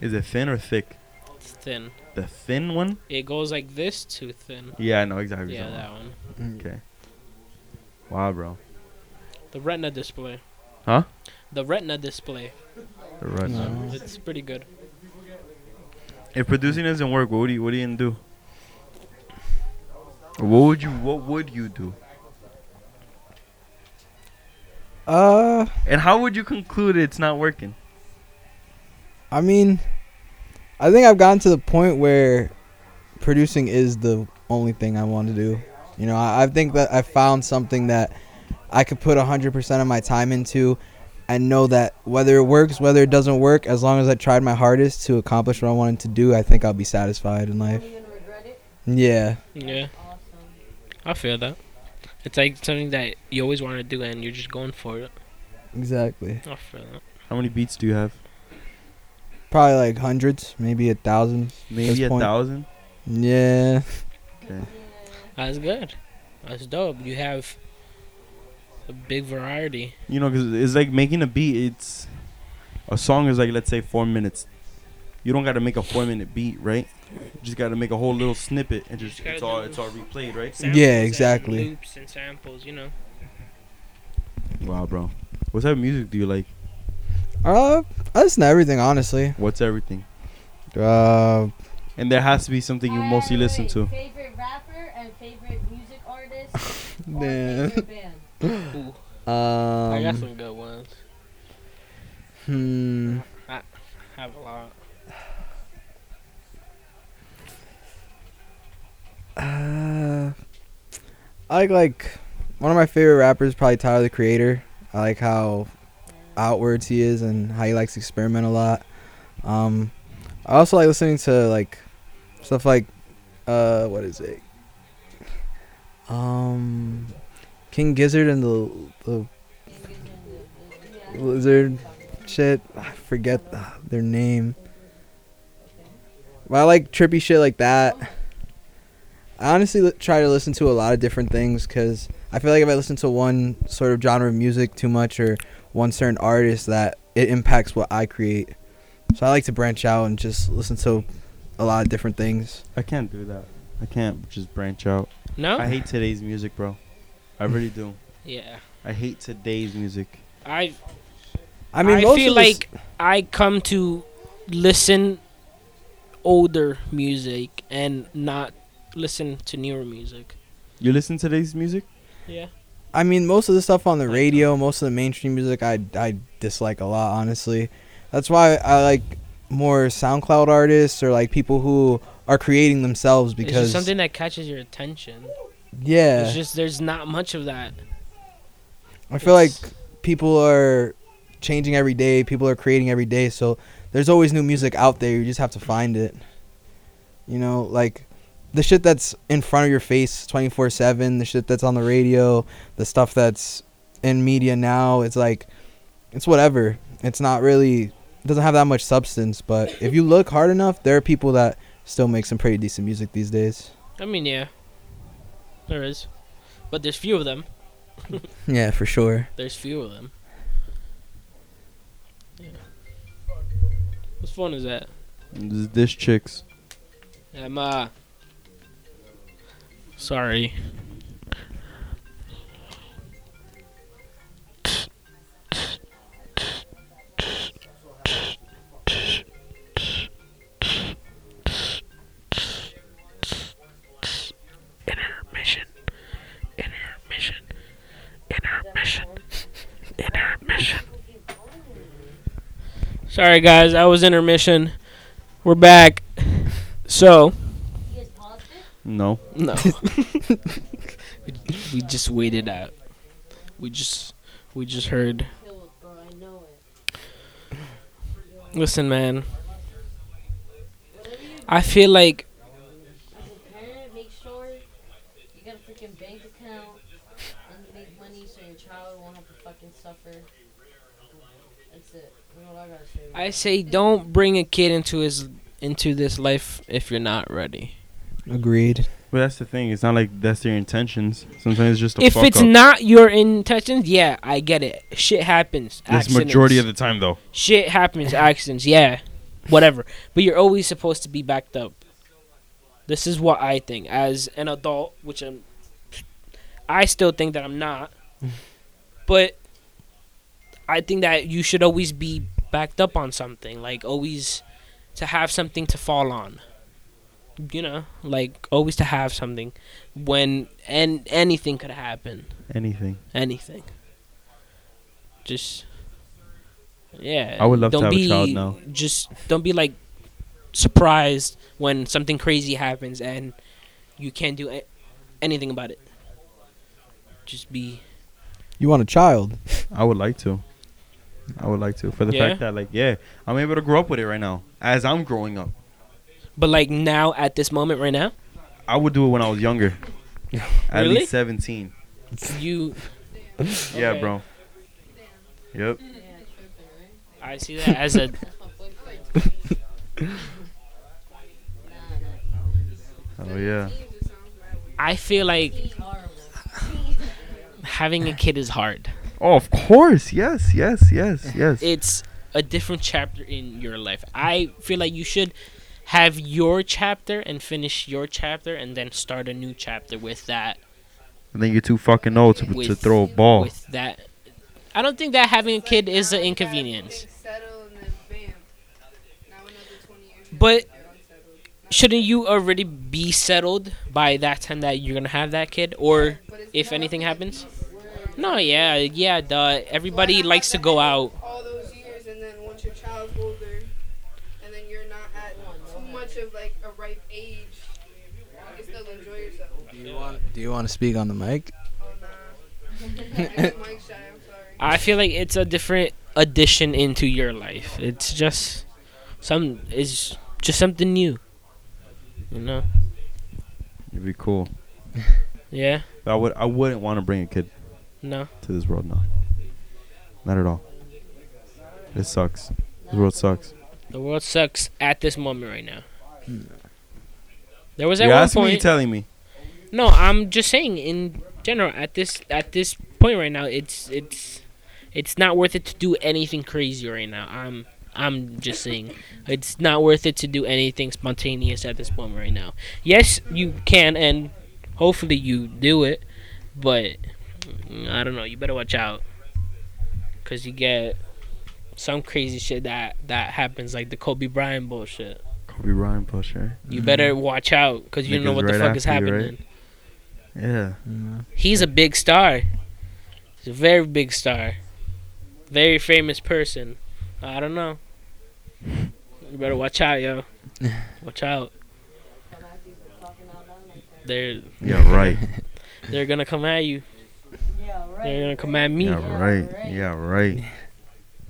[SPEAKER 1] Is it thin or thick?
[SPEAKER 5] it's thin.
[SPEAKER 1] The thin one?
[SPEAKER 5] It goes like this too thin.
[SPEAKER 1] Yeah, I know exactly.
[SPEAKER 5] Yeah,
[SPEAKER 1] what
[SPEAKER 5] that one.
[SPEAKER 1] Okay. Wow, bro.
[SPEAKER 5] The Retina display.
[SPEAKER 1] Huh?
[SPEAKER 5] The Retina display.
[SPEAKER 1] The Retina.
[SPEAKER 5] It's pretty good.
[SPEAKER 1] If producing doesn't work, what would you what do you gonna do? What would you what would you do?
[SPEAKER 2] Uh,
[SPEAKER 1] And how would you conclude it's not working?
[SPEAKER 2] I mean, I think I've gotten to the point where producing is the only thing I want to do. You know, I, I think that I found something that I could put 100% of my time into and know that whether it works, whether it doesn't work, as long as I tried my hardest to accomplish what I wanted to do, I think I'll be satisfied in life. Yeah.
[SPEAKER 5] Yeah. I feel that. It's like something that you always want to do and you're just going for it.
[SPEAKER 2] Exactly.
[SPEAKER 5] I feel that.
[SPEAKER 1] How many beats do you have?
[SPEAKER 2] Probably like hundreds, maybe a thousand.
[SPEAKER 1] Maybe a
[SPEAKER 2] point.
[SPEAKER 1] thousand?
[SPEAKER 2] Yeah.
[SPEAKER 5] That's good. That's dope. You have a big variety.
[SPEAKER 1] You know, because it's like making a beat. It's a song is like let's say four minutes. You don't got to make a four minute beat, right? You just got to make a whole little snippet and just,
[SPEAKER 5] just gotta
[SPEAKER 1] it's all
[SPEAKER 5] do-
[SPEAKER 1] it's all replayed, right?
[SPEAKER 5] Samples and
[SPEAKER 2] exactly.
[SPEAKER 5] loops and samples, you know.
[SPEAKER 1] Wow, bro. What type of music do you like?
[SPEAKER 2] Uh, I listen to everything, honestly.
[SPEAKER 1] What's everything?
[SPEAKER 2] Uh,
[SPEAKER 1] And there has to be something you
[SPEAKER 3] Alright,
[SPEAKER 1] mostly
[SPEAKER 3] wait,
[SPEAKER 1] listen
[SPEAKER 3] wait.
[SPEAKER 1] to.
[SPEAKER 3] Favorite rapper and favorite music artist. or
[SPEAKER 2] Man.
[SPEAKER 3] favorite band?
[SPEAKER 5] I got
[SPEAKER 2] um,
[SPEAKER 5] some good ones.
[SPEAKER 2] hmm.
[SPEAKER 5] Have a lot.
[SPEAKER 2] Uh, I like like one of my favorite rappers, probably Tyler the Creator. I like how outwards he is and how he likes to experiment a lot. Um, I also like listening to like stuff like uh, what is it? Um, King Gizzard and the the lizard shit. I forget uh, their name. But I like trippy shit like that. I honestly li- try to listen to a lot of different things because I feel like if I listen to one sort of genre of music too much or one certain artist, that it impacts what I create. So I like to branch out and just listen to a lot of different things.
[SPEAKER 1] I can't do that. I can't just branch out.
[SPEAKER 5] No?
[SPEAKER 1] I hate today's music, bro. I really do.
[SPEAKER 5] yeah.
[SPEAKER 1] I hate today's music.
[SPEAKER 5] I
[SPEAKER 2] I mean,
[SPEAKER 5] I
[SPEAKER 2] most
[SPEAKER 5] feel
[SPEAKER 2] of this-
[SPEAKER 5] like I come to listen older music and not listen to newer music.
[SPEAKER 1] You listen to today's music?
[SPEAKER 5] Yeah.
[SPEAKER 2] I mean, most of the stuff on the
[SPEAKER 5] um,
[SPEAKER 2] radio, most of the mainstream music, I I dislike a lot, honestly. That's why I like more SoundCloud artists or like people who are creating themselves
[SPEAKER 5] it's
[SPEAKER 2] because
[SPEAKER 5] just something that catches your attention.
[SPEAKER 2] yeah,
[SPEAKER 5] It's just there's not much of that.
[SPEAKER 2] Uh, I feel like
[SPEAKER 5] it's-
[SPEAKER 2] people are changing every day. People are creating every day, so there's always new music out there. You just have to find it. You know, like the shit that's in front of your face 24/7, the shit that's on the radio, the stuff that's in media now. It's like it's whatever. It's not really it doesn't have that much substance, but if you look hard enough, there are people that still make some pretty decent music these days.
[SPEAKER 5] I mean, yeah. There is. But there's few of them.
[SPEAKER 2] [laughs] Yeah, for sure.
[SPEAKER 5] There's few of them. Yeah. Whose phone is that?
[SPEAKER 1] This, this chick's.
[SPEAKER 5] Emma. Sorry. Intermission. Intermission. Intermission. Intermission. Sorry, guys. I was intermission. We're back. So.
[SPEAKER 3] You guys paused it?
[SPEAKER 1] No.
[SPEAKER 2] [laughs]
[SPEAKER 5] No. we, we just waited out. We just we just heard.
[SPEAKER 3] Killed, bro. I know it.
[SPEAKER 5] Listen, man. I feel like
[SPEAKER 3] As a parent, make sure you got a freaking bank account and make money so your child won't have to fucking suffer. That's it. That's all I gotta say.
[SPEAKER 5] I say don't bring a kid into his into this life if you're not ready.
[SPEAKER 2] Agreed.
[SPEAKER 1] But that's the thing. It's not like that's their intentions. Sometimes it's just a
[SPEAKER 5] if
[SPEAKER 1] fuck
[SPEAKER 5] it's
[SPEAKER 1] up.
[SPEAKER 5] not your intentions, yeah, I get it. Shit happens.
[SPEAKER 1] That's
[SPEAKER 5] accidents.
[SPEAKER 1] majority of the time, though.
[SPEAKER 5] shit happens, accidents, yeah, whatever. But you're always supposed to be backed up. This is what I think as an adult, which I'm. I still think that I'm not, but I think that you should always be backed up on something. Like always to have something to fall on. You know, like always to have something when and anything could happen.
[SPEAKER 1] Anything.
[SPEAKER 5] Anything. Just yeah.
[SPEAKER 1] I would love to have a child now.
[SPEAKER 5] Just don't be like surprised when something crazy happens and you can't do a- anything about it. Just be
[SPEAKER 8] You want a child?
[SPEAKER 1] I would like to. I would like to for the
[SPEAKER 5] Yeah?
[SPEAKER 1] fact that like yeah, I'm able to grow up with it right now as I'm growing up.
[SPEAKER 5] but like now at this moment right now,
[SPEAKER 1] I would do it when I was
[SPEAKER 5] [laughs]
[SPEAKER 1] younger. At
[SPEAKER 5] Really?
[SPEAKER 1] least 17.
[SPEAKER 5] you
[SPEAKER 1] Yeah,
[SPEAKER 5] Okay.
[SPEAKER 1] bro. Yep.
[SPEAKER 5] I see that as a
[SPEAKER 1] Oh yeah.
[SPEAKER 5] I feel like having a kid is hard.
[SPEAKER 1] Oh, of course. Yes, yes, yes, yes.
[SPEAKER 5] It's a different chapter in your life. I feel like you should have your chapter and finish your chapter and then start a new chapter with that
[SPEAKER 1] and then you're too fucking old to, to
[SPEAKER 5] with-
[SPEAKER 1] throw a ball.
[SPEAKER 5] with that I don't think that having a kid is an inconvenience. But shouldn't you already be settled by that time that you're gonna have that kid or if anything happens? No, yeah, yeah, duh. Everybody likes to go out.
[SPEAKER 9] all those years and then once your child's older and then you're not at too much of like a ripe age you can still enjoy yourself
[SPEAKER 2] Do you want to speak on the mic?
[SPEAKER 9] oh nah [laughs] I'm mic shy I'm sorry
[SPEAKER 5] I feel like it's a different addition into your life. It's just some it's just something new. You know?
[SPEAKER 1] It'd be cool.
[SPEAKER 5] Yeah?
[SPEAKER 1] But I would I wouldn't want to bring a kid
[SPEAKER 5] No.
[SPEAKER 1] to this world now. Not at all. It sucks. The world sucks.
[SPEAKER 5] The world sucks at this moment right now. There was at
[SPEAKER 1] You're
[SPEAKER 5] one
[SPEAKER 1] asking me, you're
[SPEAKER 5] point
[SPEAKER 1] telling me.
[SPEAKER 5] No, I'm just saying in general at this at this point right now it's it's it's not worth it to do anything crazy right now. I'm I'm just saying it's not worth it to do anything spontaneous at this point right now. Yes, you can and hopefully you do it, but mm, I don't know, you better watch out cuz you get some crazy shit that that happens like the Kobe Bryant bullshit.
[SPEAKER 1] Kobe Bryant pusher.
[SPEAKER 5] You better watch out cuz you don't know
[SPEAKER 1] Niggas
[SPEAKER 5] what the
[SPEAKER 1] Mm-hmm. right
[SPEAKER 5] fuck is
[SPEAKER 1] after you,
[SPEAKER 5] happening.
[SPEAKER 1] right? Yeah.
[SPEAKER 5] He's a big star. He's a very big star. Very famous person. I don't know. You better watch out, yo. Watch out. They're
[SPEAKER 1] Yeah, right.
[SPEAKER 5] they're gonna come at you.
[SPEAKER 3] Yeah,
[SPEAKER 5] They're gonna come at me.
[SPEAKER 1] Yeah, right. Yeah, right.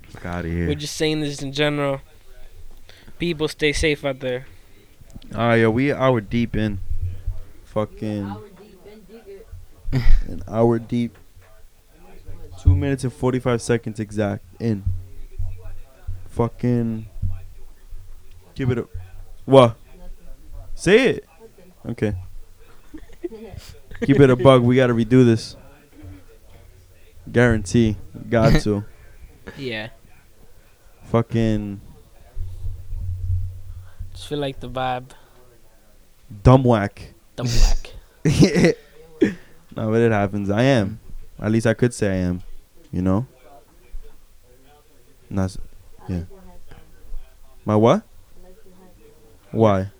[SPEAKER 1] Fuck out of here.
[SPEAKER 5] We're just saying this in general. People stay safe out there.
[SPEAKER 1] All right, yo, we an hour deep in. Fucking [laughs] an hour deep. Two minutes and forty-five seconds exact in. Fucking. Give it a. What? Say it. Okay. Keep it a bug. We gotta redo this. Guarantee. Got to.
[SPEAKER 5] Yeah.
[SPEAKER 1] Fucking
[SPEAKER 5] Just feel like the vibe.
[SPEAKER 1] dumb whack.
[SPEAKER 5] The black. [laughs]
[SPEAKER 1] [laughs] no, but it happens. I am. At least I could say I am. You know. And That's yeah. My what? Why?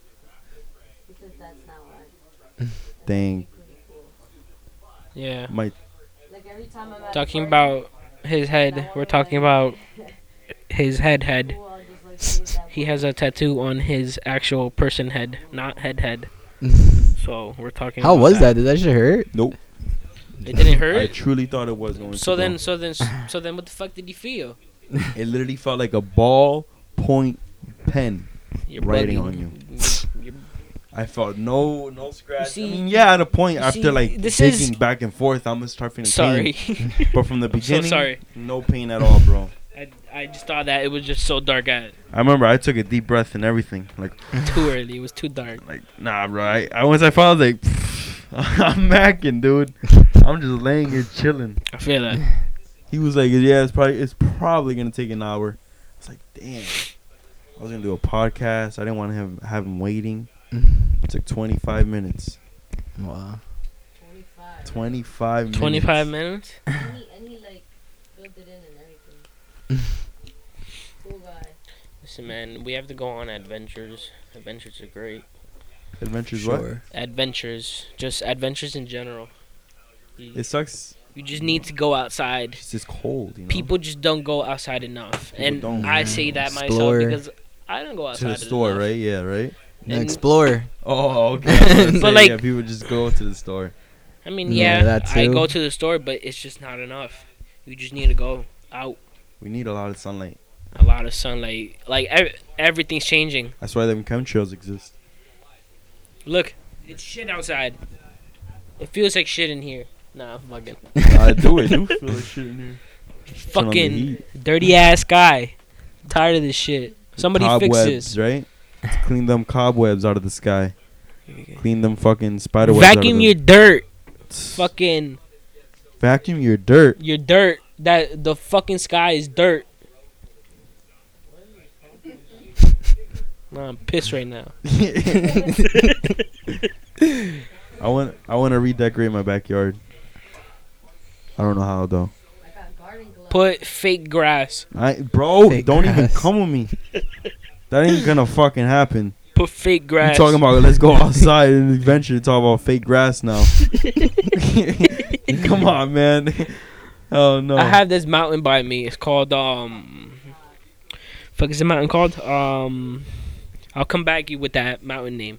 [SPEAKER 1] Dang.
[SPEAKER 5] Yeah.
[SPEAKER 1] My
[SPEAKER 5] Talking about his head. We're talking about his head head. He has a tattoo on his actual person head, not head head.
[SPEAKER 2] [laughs]
[SPEAKER 5] so we're talking.
[SPEAKER 2] How
[SPEAKER 5] about
[SPEAKER 2] was that? Did that shit hurt?
[SPEAKER 1] nope.
[SPEAKER 5] It didn't
[SPEAKER 1] I
[SPEAKER 5] hurt.
[SPEAKER 1] truly thought it was going. to go.
[SPEAKER 5] So
[SPEAKER 2] [laughs]
[SPEAKER 5] then, so then, s- so then, what the fuck did you feel?
[SPEAKER 1] it literally felt like a ball point pen.
[SPEAKER 5] You're
[SPEAKER 1] Writing
[SPEAKER 5] bugging.
[SPEAKER 1] on you.
[SPEAKER 5] You're-
[SPEAKER 1] I felt no no scratch. I
[SPEAKER 5] see-
[SPEAKER 1] mean, yeah, at a point
[SPEAKER 5] you
[SPEAKER 1] after
[SPEAKER 5] see,
[SPEAKER 1] like
[SPEAKER 5] this
[SPEAKER 1] shaking
[SPEAKER 5] is-
[SPEAKER 1] back and forth, I'm gonna start feeling
[SPEAKER 5] [laughs] Sorry,
[SPEAKER 1] pain.
[SPEAKER 2] [laughs]
[SPEAKER 1] But from the
[SPEAKER 5] I'm so
[SPEAKER 1] beginning,
[SPEAKER 5] sorry.
[SPEAKER 1] no pain at all, bro.
[SPEAKER 5] I, I just thought that it was just so
[SPEAKER 2] [laughs]
[SPEAKER 5] dark at
[SPEAKER 1] I remember I took a deep breath and everything. Like,
[SPEAKER 5] too early. It was too dark.
[SPEAKER 1] like nah, bro. I, I once I found like, [laughs] I'm macking, [laughs] dude. I'm just laying here chilling.
[SPEAKER 5] I feel that.
[SPEAKER 1] He was like, yeah, it's probably it's probably gonna take an hour. I was like, damn. I was gonna do a podcast. I didn't want to have have him waiting.
[SPEAKER 5] Mm-hmm.
[SPEAKER 1] It took 25 minutes.
[SPEAKER 2] Wow.
[SPEAKER 1] 25 minutes.
[SPEAKER 5] Twenty-five minutes.
[SPEAKER 7] And
[SPEAKER 5] [laughs]
[SPEAKER 7] he, and he like filled it in and everything. cool guy.
[SPEAKER 5] Listen, man, we have to go on adventures. Adventures are great.
[SPEAKER 1] Adventures
[SPEAKER 2] Sure.
[SPEAKER 5] Adventures, just adventures in general.
[SPEAKER 1] what? It sucks.
[SPEAKER 5] You just need to go outside.
[SPEAKER 1] It's just cold. You know?
[SPEAKER 5] People just don't go outside enough,
[SPEAKER 1] People
[SPEAKER 5] and
[SPEAKER 1] don't,
[SPEAKER 5] I
[SPEAKER 1] man.
[SPEAKER 5] say that
[SPEAKER 2] Explore.
[SPEAKER 5] myself because I don't go
[SPEAKER 1] to
[SPEAKER 5] outside
[SPEAKER 1] the store,
[SPEAKER 5] enough.
[SPEAKER 1] right? Yeah, right.
[SPEAKER 2] The
[SPEAKER 5] And-
[SPEAKER 2] explorer.
[SPEAKER 1] Oh, [laughs] okay. I was gonna
[SPEAKER 5] But
[SPEAKER 1] say,
[SPEAKER 5] like-
[SPEAKER 1] yeah, people just go to the store.
[SPEAKER 5] I mean,
[SPEAKER 2] Yeah,
[SPEAKER 5] yeah,
[SPEAKER 2] that
[SPEAKER 5] I
[SPEAKER 2] too.
[SPEAKER 5] go to the store, but it's just not enough. You just need to go out.
[SPEAKER 1] We need a lot of sunlight.
[SPEAKER 5] A lot of sunlight. Like ev- everything's changing.
[SPEAKER 1] That's why them chemtrails exist.
[SPEAKER 5] Look, it's shit outside. It feels like shit in here. Nah, fucking,
[SPEAKER 1] I do. I [laughs] do feel like shit in here. Turn on the
[SPEAKER 5] fucking
[SPEAKER 1] heat.
[SPEAKER 5] dirty ass guy. Tired of this shit. Somebody
[SPEAKER 1] cobwebs,
[SPEAKER 5] fix this.
[SPEAKER 1] right? Let's clean them cobwebs out of the sky. Clean them fucking spider webs.
[SPEAKER 5] Vacuum your dirt. Fucking
[SPEAKER 1] Vacuum your
[SPEAKER 5] [laughs]
[SPEAKER 1] dirt. [laughs]
[SPEAKER 5] your dirt. That the fucking sky is dirt. [laughs] Nah, I'm pissed right now.
[SPEAKER 1] I want. I want to redecorate my backyard. I don't know how though.
[SPEAKER 3] Like a garden glove.
[SPEAKER 5] Put fake grass.
[SPEAKER 1] I bro,
[SPEAKER 2] Fake
[SPEAKER 1] don't even
[SPEAKER 2] grass.
[SPEAKER 1] come with me. That ain't gonna fucking happen.
[SPEAKER 5] Put fake
[SPEAKER 1] You
[SPEAKER 5] grass.
[SPEAKER 1] talking about let's go outside and adventure? You Talk about fake grass
[SPEAKER 5] [laughs]
[SPEAKER 1] now. [laughs] come on, man. [laughs] Oh no.
[SPEAKER 5] I have this mountain by me. It's called um. Fuck is the mountain called? Um, I'll come back you with that mountain name.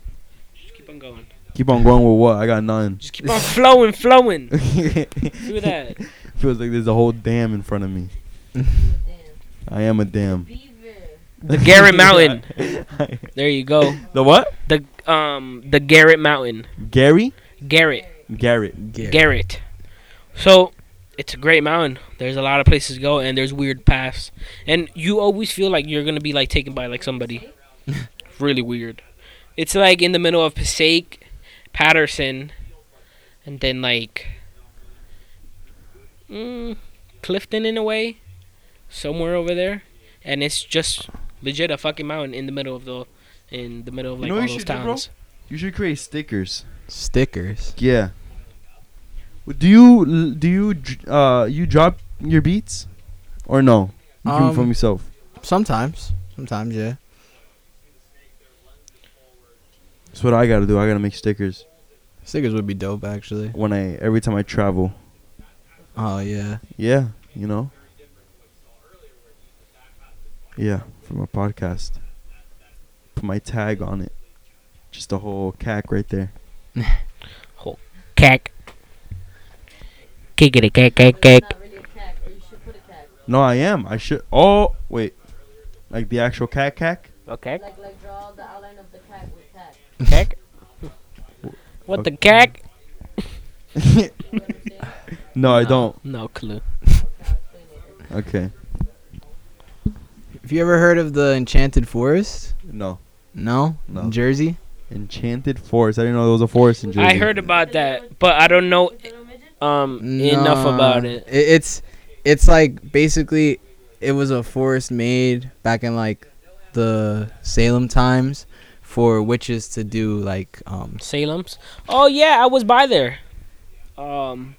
[SPEAKER 5] Just keep on going.
[SPEAKER 1] keep on going with what? I got none.
[SPEAKER 5] Just
[SPEAKER 1] [laughs]
[SPEAKER 5] keep on flowing, flowing. Do
[SPEAKER 1] Feels
[SPEAKER 5] that.
[SPEAKER 1] like there's a whole dam in front of me. I am a dam.
[SPEAKER 3] Beaver.
[SPEAKER 1] [laughs]
[SPEAKER 5] The Garrett Mountain. There you go.
[SPEAKER 1] the what?
[SPEAKER 5] The um the Garrett Mountain.
[SPEAKER 1] Gary?
[SPEAKER 5] Garrett.
[SPEAKER 1] Garrett.
[SPEAKER 5] Garrett. So it's a great mountain. There's a lot of places to go, and there's weird paths, and you always feel like you're gonna be like taken by like somebody. really weird. It's like in the middle of Passaic, Patterson, and then like mm, Clifton in a way, somewhere over there, and it's just legit a fucking mountain in the middle of the in the middle of
[SPEAKER 1] You
[SPEAKER 5] like
[SPEAKER 1] know what
[SPEAKER 5] all
[SPEAKER 1] you
[SPEAKER 5] those
[SPEAKER 1] should do, bro?
[SPEAKER 5] towns.
[SPEAKER 1] You should create stickers.
[SPEAKER 2] [laughs] Stickers.
[SPEAKER 1] Yeah. Do you do you dr- uh you drop your beats or no? You do it from
[SPEAKER 2] Um,
[SPEAKER 1] yourself.
[SPEAKER 2] Sometimes. Sometimes, yeah.
[SPEAKER 1] That's what I gotta do. I gotta make stickers
[SPEAKER 2] Stickers would be dope, actually.
[SPEAKER 1] when I every time I travel.
[SPEAKER 2] Oh yeah.
[SPEAKER 1] Yeah, you know. Yeah, for my podcast. Put my tag on it. Just a whole cack right there.
[SPEAKER 5] Cack. Kick it, cack, cack, cack.
[SPEAKER 3] Not really a cat, or you should put a cat.
[SPEAKER 1] No, I am. I should. Oh, wait. Like the actual cack cack. [laughs]
[SPEAKER 5] Okay.
[SPEAKER 3] Like, like draw the outline of the cat with cat.
[SPEAKER 5] Cack. What the cack?
[SPEAKER 1] no, I don't.
[SPEAKER 5] No clue.
[SPEAKER 1] Okay.
[SPEAKER 2] Have you ever heard of the Enchanted Forest?
[SPEAKER 1] No.
[SPEAKER 2] No.
[SPEAKER 1] No.
[SPEAKER 2] In Jersey.
[SPEAKER 1] Enchanted Forest. I didn't know there was a forest in Jersey.
[SPEAKER 5] I heard about that, but I don't know um enough
[SPEAKER 2] Nah,
[SPEAKER 5] about it.
[SPEAKER 2] i- It's it's like basically it was a forest made back in like the Salem times for witches to do like um
[SPEAKER 5] Salem's. Oh yeah, I was by there. Um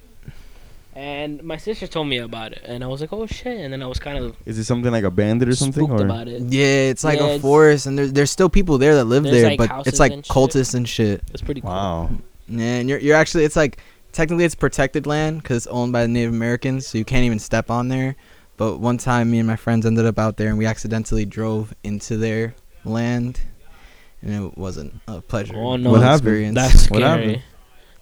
[SPEAKER 5] and my sister told me about it and I was like, "Oh shit." And then I was kind of
[SPEAKER 1] Is it something like a bandit or something?
[SPEAKER 5] spooked
[SPEAKER 1] or
[SPEAKER 5] about it.
[SPEAKER 2] yeah, it's like
[SPEAKER 5] Yeah,
[SPEAKER 2] a
[SPEAKER 5] it's-
[SPEAKER 2] forest and there's there's still people there that live
[SPEAKER 5] There's,
[SPEAKER 2] there,
[SPEAKER 5] like,
[SPEAKER 2] but
[SPEAKER 5] houses
[SPEAKER 2] it's like
[SPEAKER 5] and shit.
[SPEAKER 2] cultists and shit.
[SPEAKER 5] It's pretty cool.
[SPEAKER 1] Wow.
[SPEAKER 2] Yeah, and you're you're actually it's like technically it's protected land because it's owned by the Native Americans, so you can't even step on there. But one time, me and my friends ended up out there, and we accidentally drove into their land, and it wasn't a pleasure.
[SPEAKER 5] Oh, no.
[SPEAKER 1] What happened?
[SPEAKER 2] experience.
[SPEAKER 5] That's
[SPEAKER 1] What
[SPEAKER 5] scary.
[SPEAKER 1] happened?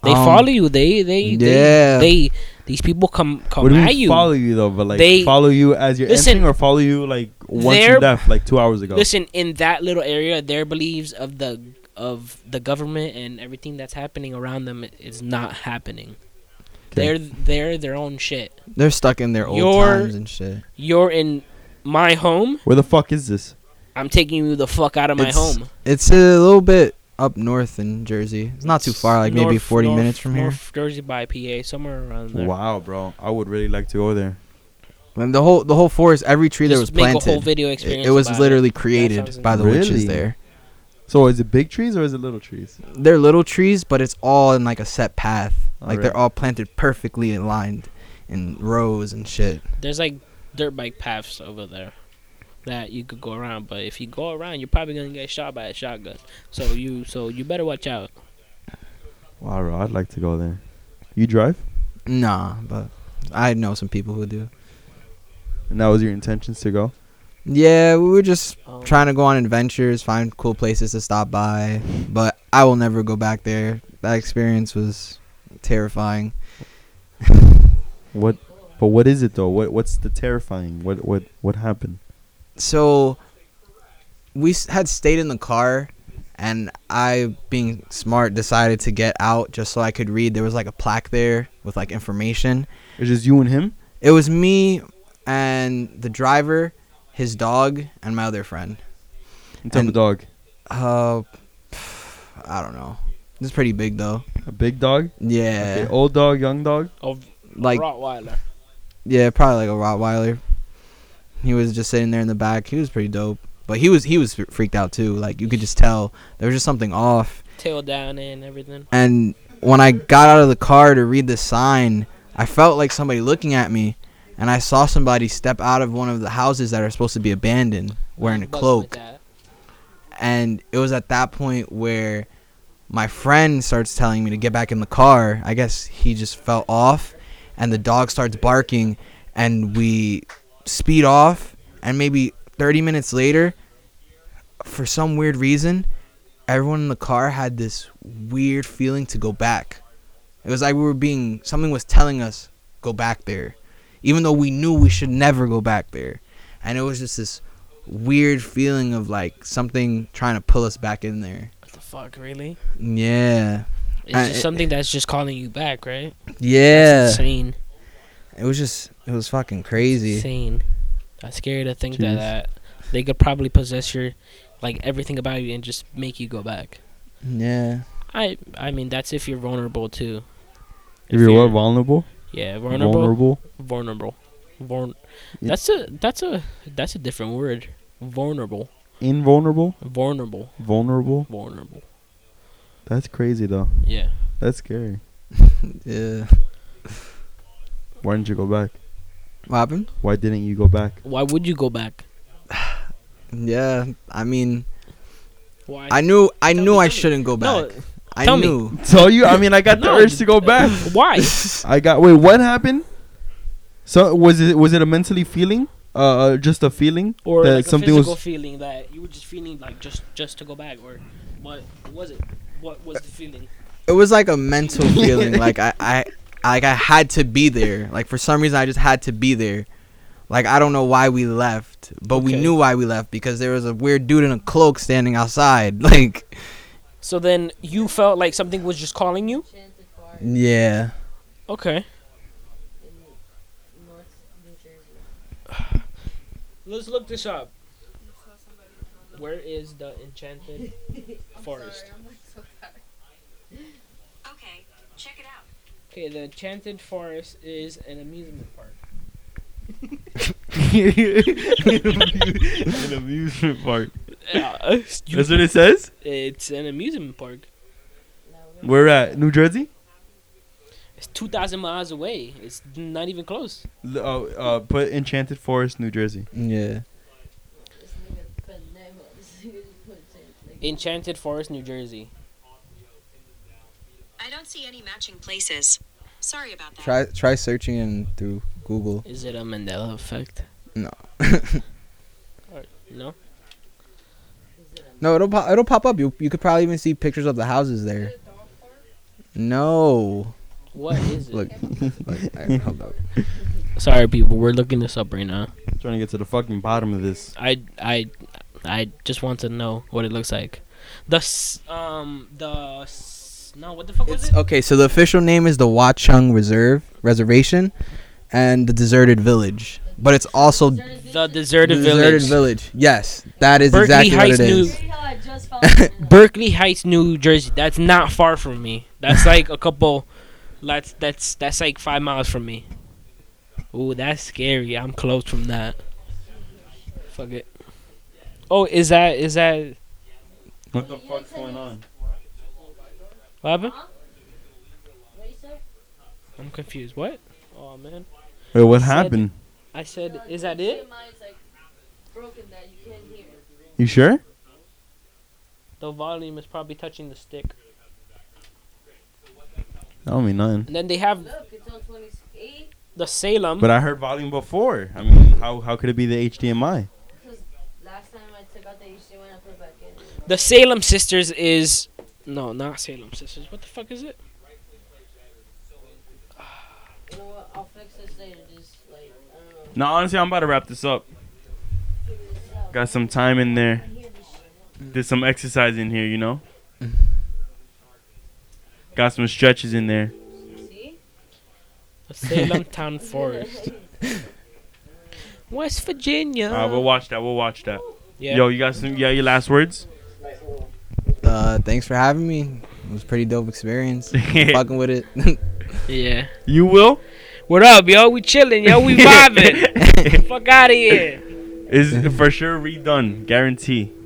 [SPEAKER 5] They
[SPEAKER 2] Um,
[SPEAKER 5] follow you. They they
[SPEAKER 2] yeah.
[SPEAKER 5] they, they these people come come
[SPEAKER 1] What do you
[SPEAKER 5] at
[SPEAKER 1] mean
[SPEAKER 5] you.
[SPEAKER 1] follow you though? But like
[SPEAKER 5] They-
[SPEAKER 1] follow you as you're
[SPEAKER 5] Listen,
[SPEAKER 1] entering, or follow you like once
[SPEAKER 5] they're-
[SPEAKER 1] you left, like two hours ago.
[SPEAKER 5] Listen, in that little area, their beliefs of the of the government and everything that's happening around them is not happening.
[SPEAKER 1] 'Kay.
[SPEAKER 5] They're they're their own shit.
[SPEAKER 2] They're stuck in their old
[SPEAKER 5] Your-
[SPEAKER 2] times and shit.
[SPEAKER 5] You're in my home.
[SPEAKER 1] Where the fuck is this?
[SPEAKER 5] I'm taking you the fuck out of my
[SPEAKER 2] It's
[SPEAKER 5] home.
[SPEAKER 2] It's a little bit up north in Jersey. It's not too far, uh, like maybe
[SPEAKER 5] North-
[SPEAKER 2] 40
[SPEAKER 5] North-
[SPEAKER 2] minutes from here.
[SPEAKER 5] North Jersey by PA, somewhere around there.
[SPEAKER 1] Wow, bro. I would really like to go there.
[SPEAKER 2] And the whole the whole forest, every tree
[SPEAKER 5] Just
[SPEAKER 2] that was
[SPEAKER 5] make a whole
[SPEAKER 2] planted,
[SPEAKER 5] video
[SPEAKER 2] it,
[SPEAKER 5] experience.
[SPEAKER 2] it was
[SPEAKER 5] about
[SPEAKER 2] literally
[SPEAKER 5] sounds
[SPEAKER 2] created by the witches
[SPEAKER 1] Really?
[SPEAKER 2] there.
[SPEAKER 1] So is it big trees or is it little trees?
[SPEAKER 2] they're little trees, but it's all in like a set path. like
[SPEAKER 1] Alright.
[SPEAKER 2] they're all planted perfectly and lined in rows and shit.
[SPEAKER 5] There's like dirt bike paths over there. that you could go around. But if you go around, you're probably gonna get shot by a shotgun. So you so you better watch out.
[SPEAKER 1] Wow, bro, I'd like to go there. You drive?
[SPEAKER 2] Nah, but I know some people who do.
[SPEAKER 1] And that was your intentions to go?
[SPEAKER 2] Yeah, we were just
[SPEAKER 5] Um,
[SPEAKER 2] trying to go on adventures, find cool places to stop by, but I will never go back there. That experience was terrifying.
[SPEAKER 1] What? But what is it though? What What's the terrifying? What What What happened?
[SPEAKER 2] So we s- had stayed in the car and I being smart decided to get out just so I could read. There was like a plaque there with like information.
[SPEAKER 1] It's just you and him.
[SPEAKER 2] It was me and the driver, his dog, and my other friend.
[SPEAKER 1] And tell the
[SPEAKER 2] And-
[SPEAKER 1] dog.
[SPEAKER 2] Uh pff, I don't know. It's pretty big though.
[SPEAKER 1] A big dog.
[SPEAKER 2] Yeah.
[SPEAKER 1] Okay, old dog, young dog.
[SPEAKER 5] Of
[SPEAKER 2] like
[SPEAKER 5] Rottweiler.
[SPEAKER 2] Yeah, probably like a Rottweiler. He was just sitting there in the back. He was pretty dope, but he was he was fre- freaked out too. Like you could just tell there was just something off.
[SPEAKER 5] tail down and everything.
[SPEAKER 2] And when I got out of the car to read the sign, I felt like somebody looking at me, and I saw somebody step out of one of the houses that are supposed to be abandoned wearing a
[SPEAKER 5] Bugs like
[SPEAKER 2] cloak.
[SPEAKER 5] that.
[SPEAKER 2] And it was at that point where my friend starts telling me to get back in the car. I guess he just fell off, and the dog starts barking, and we speed off. And maybe 30 minutes later, for some weird reason, everyone in the car had this weird feeling to go back. It was like we were being, something was telling us, go back there, even though we knew we should never go back there. And it was just this weird feeling of like something trying to pull us back in there.
[SPEAKER 5] What the fuck, really?
[SPEAKER 2] Yeah.
[SPEAKER 5] It's
[SPEAKER 2] Uh,
[SPEAKER 5] just
[SPEAKER 2] it- Uh,
[SPEAKER 5] something that's just calling you back, right?
[SPEAKER 2] Yeah.
[SPEAKER 5] That's insane.
[SPEAKER 2] It was just it was fucking crazy.
[SPEAKER 5] Insane. That's scary to think
[SPEAKER 1] Jeez.
[SPEAKER 5] that uh, they could probably possess your, like everything about you and just make you go back.
[SPEAKER 2] Yeah.
[SPEAKER 5] I I mean that's if you're vulnerable too.
[SPEAKER 1] If you're what vulnerable?
[SPEAKER 5] Yeah, vulnerable.
[SPEAKER 1] Vulnerable.
[SPEAKER 5] Vulnerable. Vuln.
[SPEAKER 1] Yeah.
[SPEAKER 5] That's a that's a that's a different word. Vulnerable.
[SPEAKER 1] Invulnerable.
[SPEAKER 5] Vulnerable.
[SPEAKER 1] Vulnerable.
[SPEAKER 5] Vulnerable.
[SPEAKER 1] That's crazy though.
[SPEAKER 5] Yeah.
[SPEAKER 1] That's scary.
[SPEAKER 2] Yeah.
[SPEAKER 1] Why didn't you go back?
[SPEAKER 2] What happened?
[SPEAKER 1] Why didn't you go back?
[SPEAKER 5] Why would you go back?
[SPEAKER 2] Yeah. I mean
[SPEAKER 5] Why?
[SPEAKER 2] I knew I
[SPEAKER 5] Tell
[SPEAKER 2] knew
[SPEAKER 5] me,
[SPEAKER 2] I
[SPEAKER 5] tell me.
[SPEAKER 2] shouldn't go
[SPEAKER 5] No,
[SPEAKER 2] back. I
[SPEAKER 5] tell me.
[SPEAKER 2] knew.
[SPEAKER 1] [laughs] Tell you, I mean, I got the
[SPEAKER 5] No.
[SPEAKER 1] urge to go back.
[SPEAKER 5] [laughs] Why?
[SPEAKER 1] I got. Wait, what happened? So was it was it a mentally feeling? Uh, uh just a feeling
[SPEAKER 5] or
[SPEAKER 1] that
[SPEAKER 5] like
[SPEAKER 1] something
[SPEAKER 5] a
[SPEAKER 1] was
[SPEAKER 5] physical feeling that you were just feeling like just just to go back or what was it what was the feeling
[SPEAKER 2] It was like a mental
[SPEAKER 5] [laughs]
[SPEAKER 2] feeling like I I like I had to be there. Like for some reason I just had to be there. Like I don't know why we left, but we
[SPEAKER 5] Okay.
[SPEAKER 2] knew why we left because there was a weird dude in a cloak standing outside. [laughs] Like
[SPEAKER 5] so then you felt like something was just calling you
[SPEAKER 3] Chanted Fire
[SPEAKER 2] yeah.
[SPEAKER 5] okay
[SPEAKER 3] in North New Jersey.
[SPEAKER 5] let's look this up where is the enchanted
[SPEAKER 10] [laughs] I'm
[SPEAKER 5] forest
[SPEAKER 10] sorry, I'm like so tired.
[SPEAKER 11] Okay, check it out.
[SPEAKER 5] okay the enchanted forest is an amusement park
[SPEAKER 1] [laughs] an amusement park.
[SPEAKER 5] [laughs] uh,
[SPEAKER 1] That's what it says.
[SPEAKER 5] it's an amusement park
[SPEAKER 1] We're at New Jersey.
[SPEAKER 5] it's 2000 miles away it's not even close
[SPEAKER 1] L- Oh, uh, put Enchanted Forest, New Jersey. [laughs]
[SPEAKER 2] Yeah.
[SPEAKER 3] This nigga banana. [laughs] This nigga just put chanted.
[SPEAKER 5] enchanted forest new jersey
[SPEAKER 11] I don't see any matching places. Sorry about that.
[SPEAKER 2] Try try searching in through Google.
[SPEAKER 5] is it a mandela effect no
[SPEAKER 2] No, it'll pop, it'll pop up. You you could probably even see pictures of the houses there. No.
[SPEAKER 5] what is it
[SPEAKER 2] Look. Look, I- hold up.
[SPEAKER 5] sorry people we're looking this up right now
[SPEAKER 1] trying to get to the fucking bottom of this.
[SPEAKER 5] I I I just want to know what it looks like. The s- um the s- no what the fuck was
[SPEAKER 2] It's
[SPEAKER 5] it?
[SPEAKER 2] okay. So the official name is the Wah Chung Reserve Reservation, and the Deserted Village. But it's also Deserted,
[SPEAKER 5] The deserted,
[SPEAKER 2] Village.
[SPEAKER 5] village.
[SPEAKER 2] Yes, that is
[SPEAKER 5] Berkeley
[SPEAKER 2] exactly
[SPEAKER 5] Heights,
[SPEAKER 2] what it
[SPEAKER 5] New-
[SPEAKER 2] is.
[SPEAKER 3] Crazy how I
[SPEAKER 5] [laughs]
[SPEAKER 3] just found it.
[SPEAKER 5] Berkeley Heights, New Jersey. That's not far from me. That's like a couple. That's that's that's like five miles from me. Ooh, that's scary. I'm close from that. Fuck it. Oh, is that is that
[SPEAKER 1] What the fuck's going on?
[SPEAKER 5] what happened?
[SPEAKER 3] What you say?
[SPEAKER 5] I'm confused. What? Oh man.
[SPEAKER 1] Wait, what
[SPEAKER 5] Said-
[SPEAKER 1] happened?
[SPEAKER 5] I said,
[SPEAKER 3] No,
[SPEAKER 5] is
[SPEAKER 3] like,
[SPEAKER 5] that it?
[SPEAKER 3] Mine's like broken that you can't hear. it.
[SPEAKER 1] You sure?
[SPEAKER 5] The volume is probably touching the stick.
[SPEAKER 1] I don't mean nothing.
[SPEAKER 5] And then they have
[SPEAKER 3] Look, it's on 28.
[SPEAKER 5] the Salem.
[SPEAKER 1] But I heard volume before. I mean, how how could it be the HDMI?
[SPEAKER 3] Cause last time I took out the HD when I put it back in.
[SPEAKER 5] The Salem Sisters is no, not Salem Sisters. What the fuck is it?
[SPEAKER 3] You know what? I'll fix this later. Just like I don't know.
[SPEAKER 1] No, honestly, I'm about to wrap this up.
[SPEAKER 3] Figure this out.
[SPEAKER 1] Got some time in there.
[SPEAKER 3] I hear this shit.
[SPEAKER 1] Did some exercise in here, you know. Got some stretches in there.
[SPEAKER 3] See?
[SPEAKER 5] The Salem Town Forest, West Virginia.
[SPEAKER 1] Uh, we'll watch that. We'll watch that.
[SPEAKER 5] yeah.
[SPEAKER 1] Yo, you got some? Yeah, your last words.
[SPEAKER 2] Uh, thanks for having me. It was a pretty dope experience. Fucking with it. [laughs]
[SPEAKER 5] yeah.
[SPEAKER 1] you will.
[SPEAKER 5] What up, yo? We chilling, yo.
[SPEAKER 1] [laughs]
[SPEAKER 5] We vibing. fuck out of here.
[SPEAKER 1] Is for sure redone, guarantee.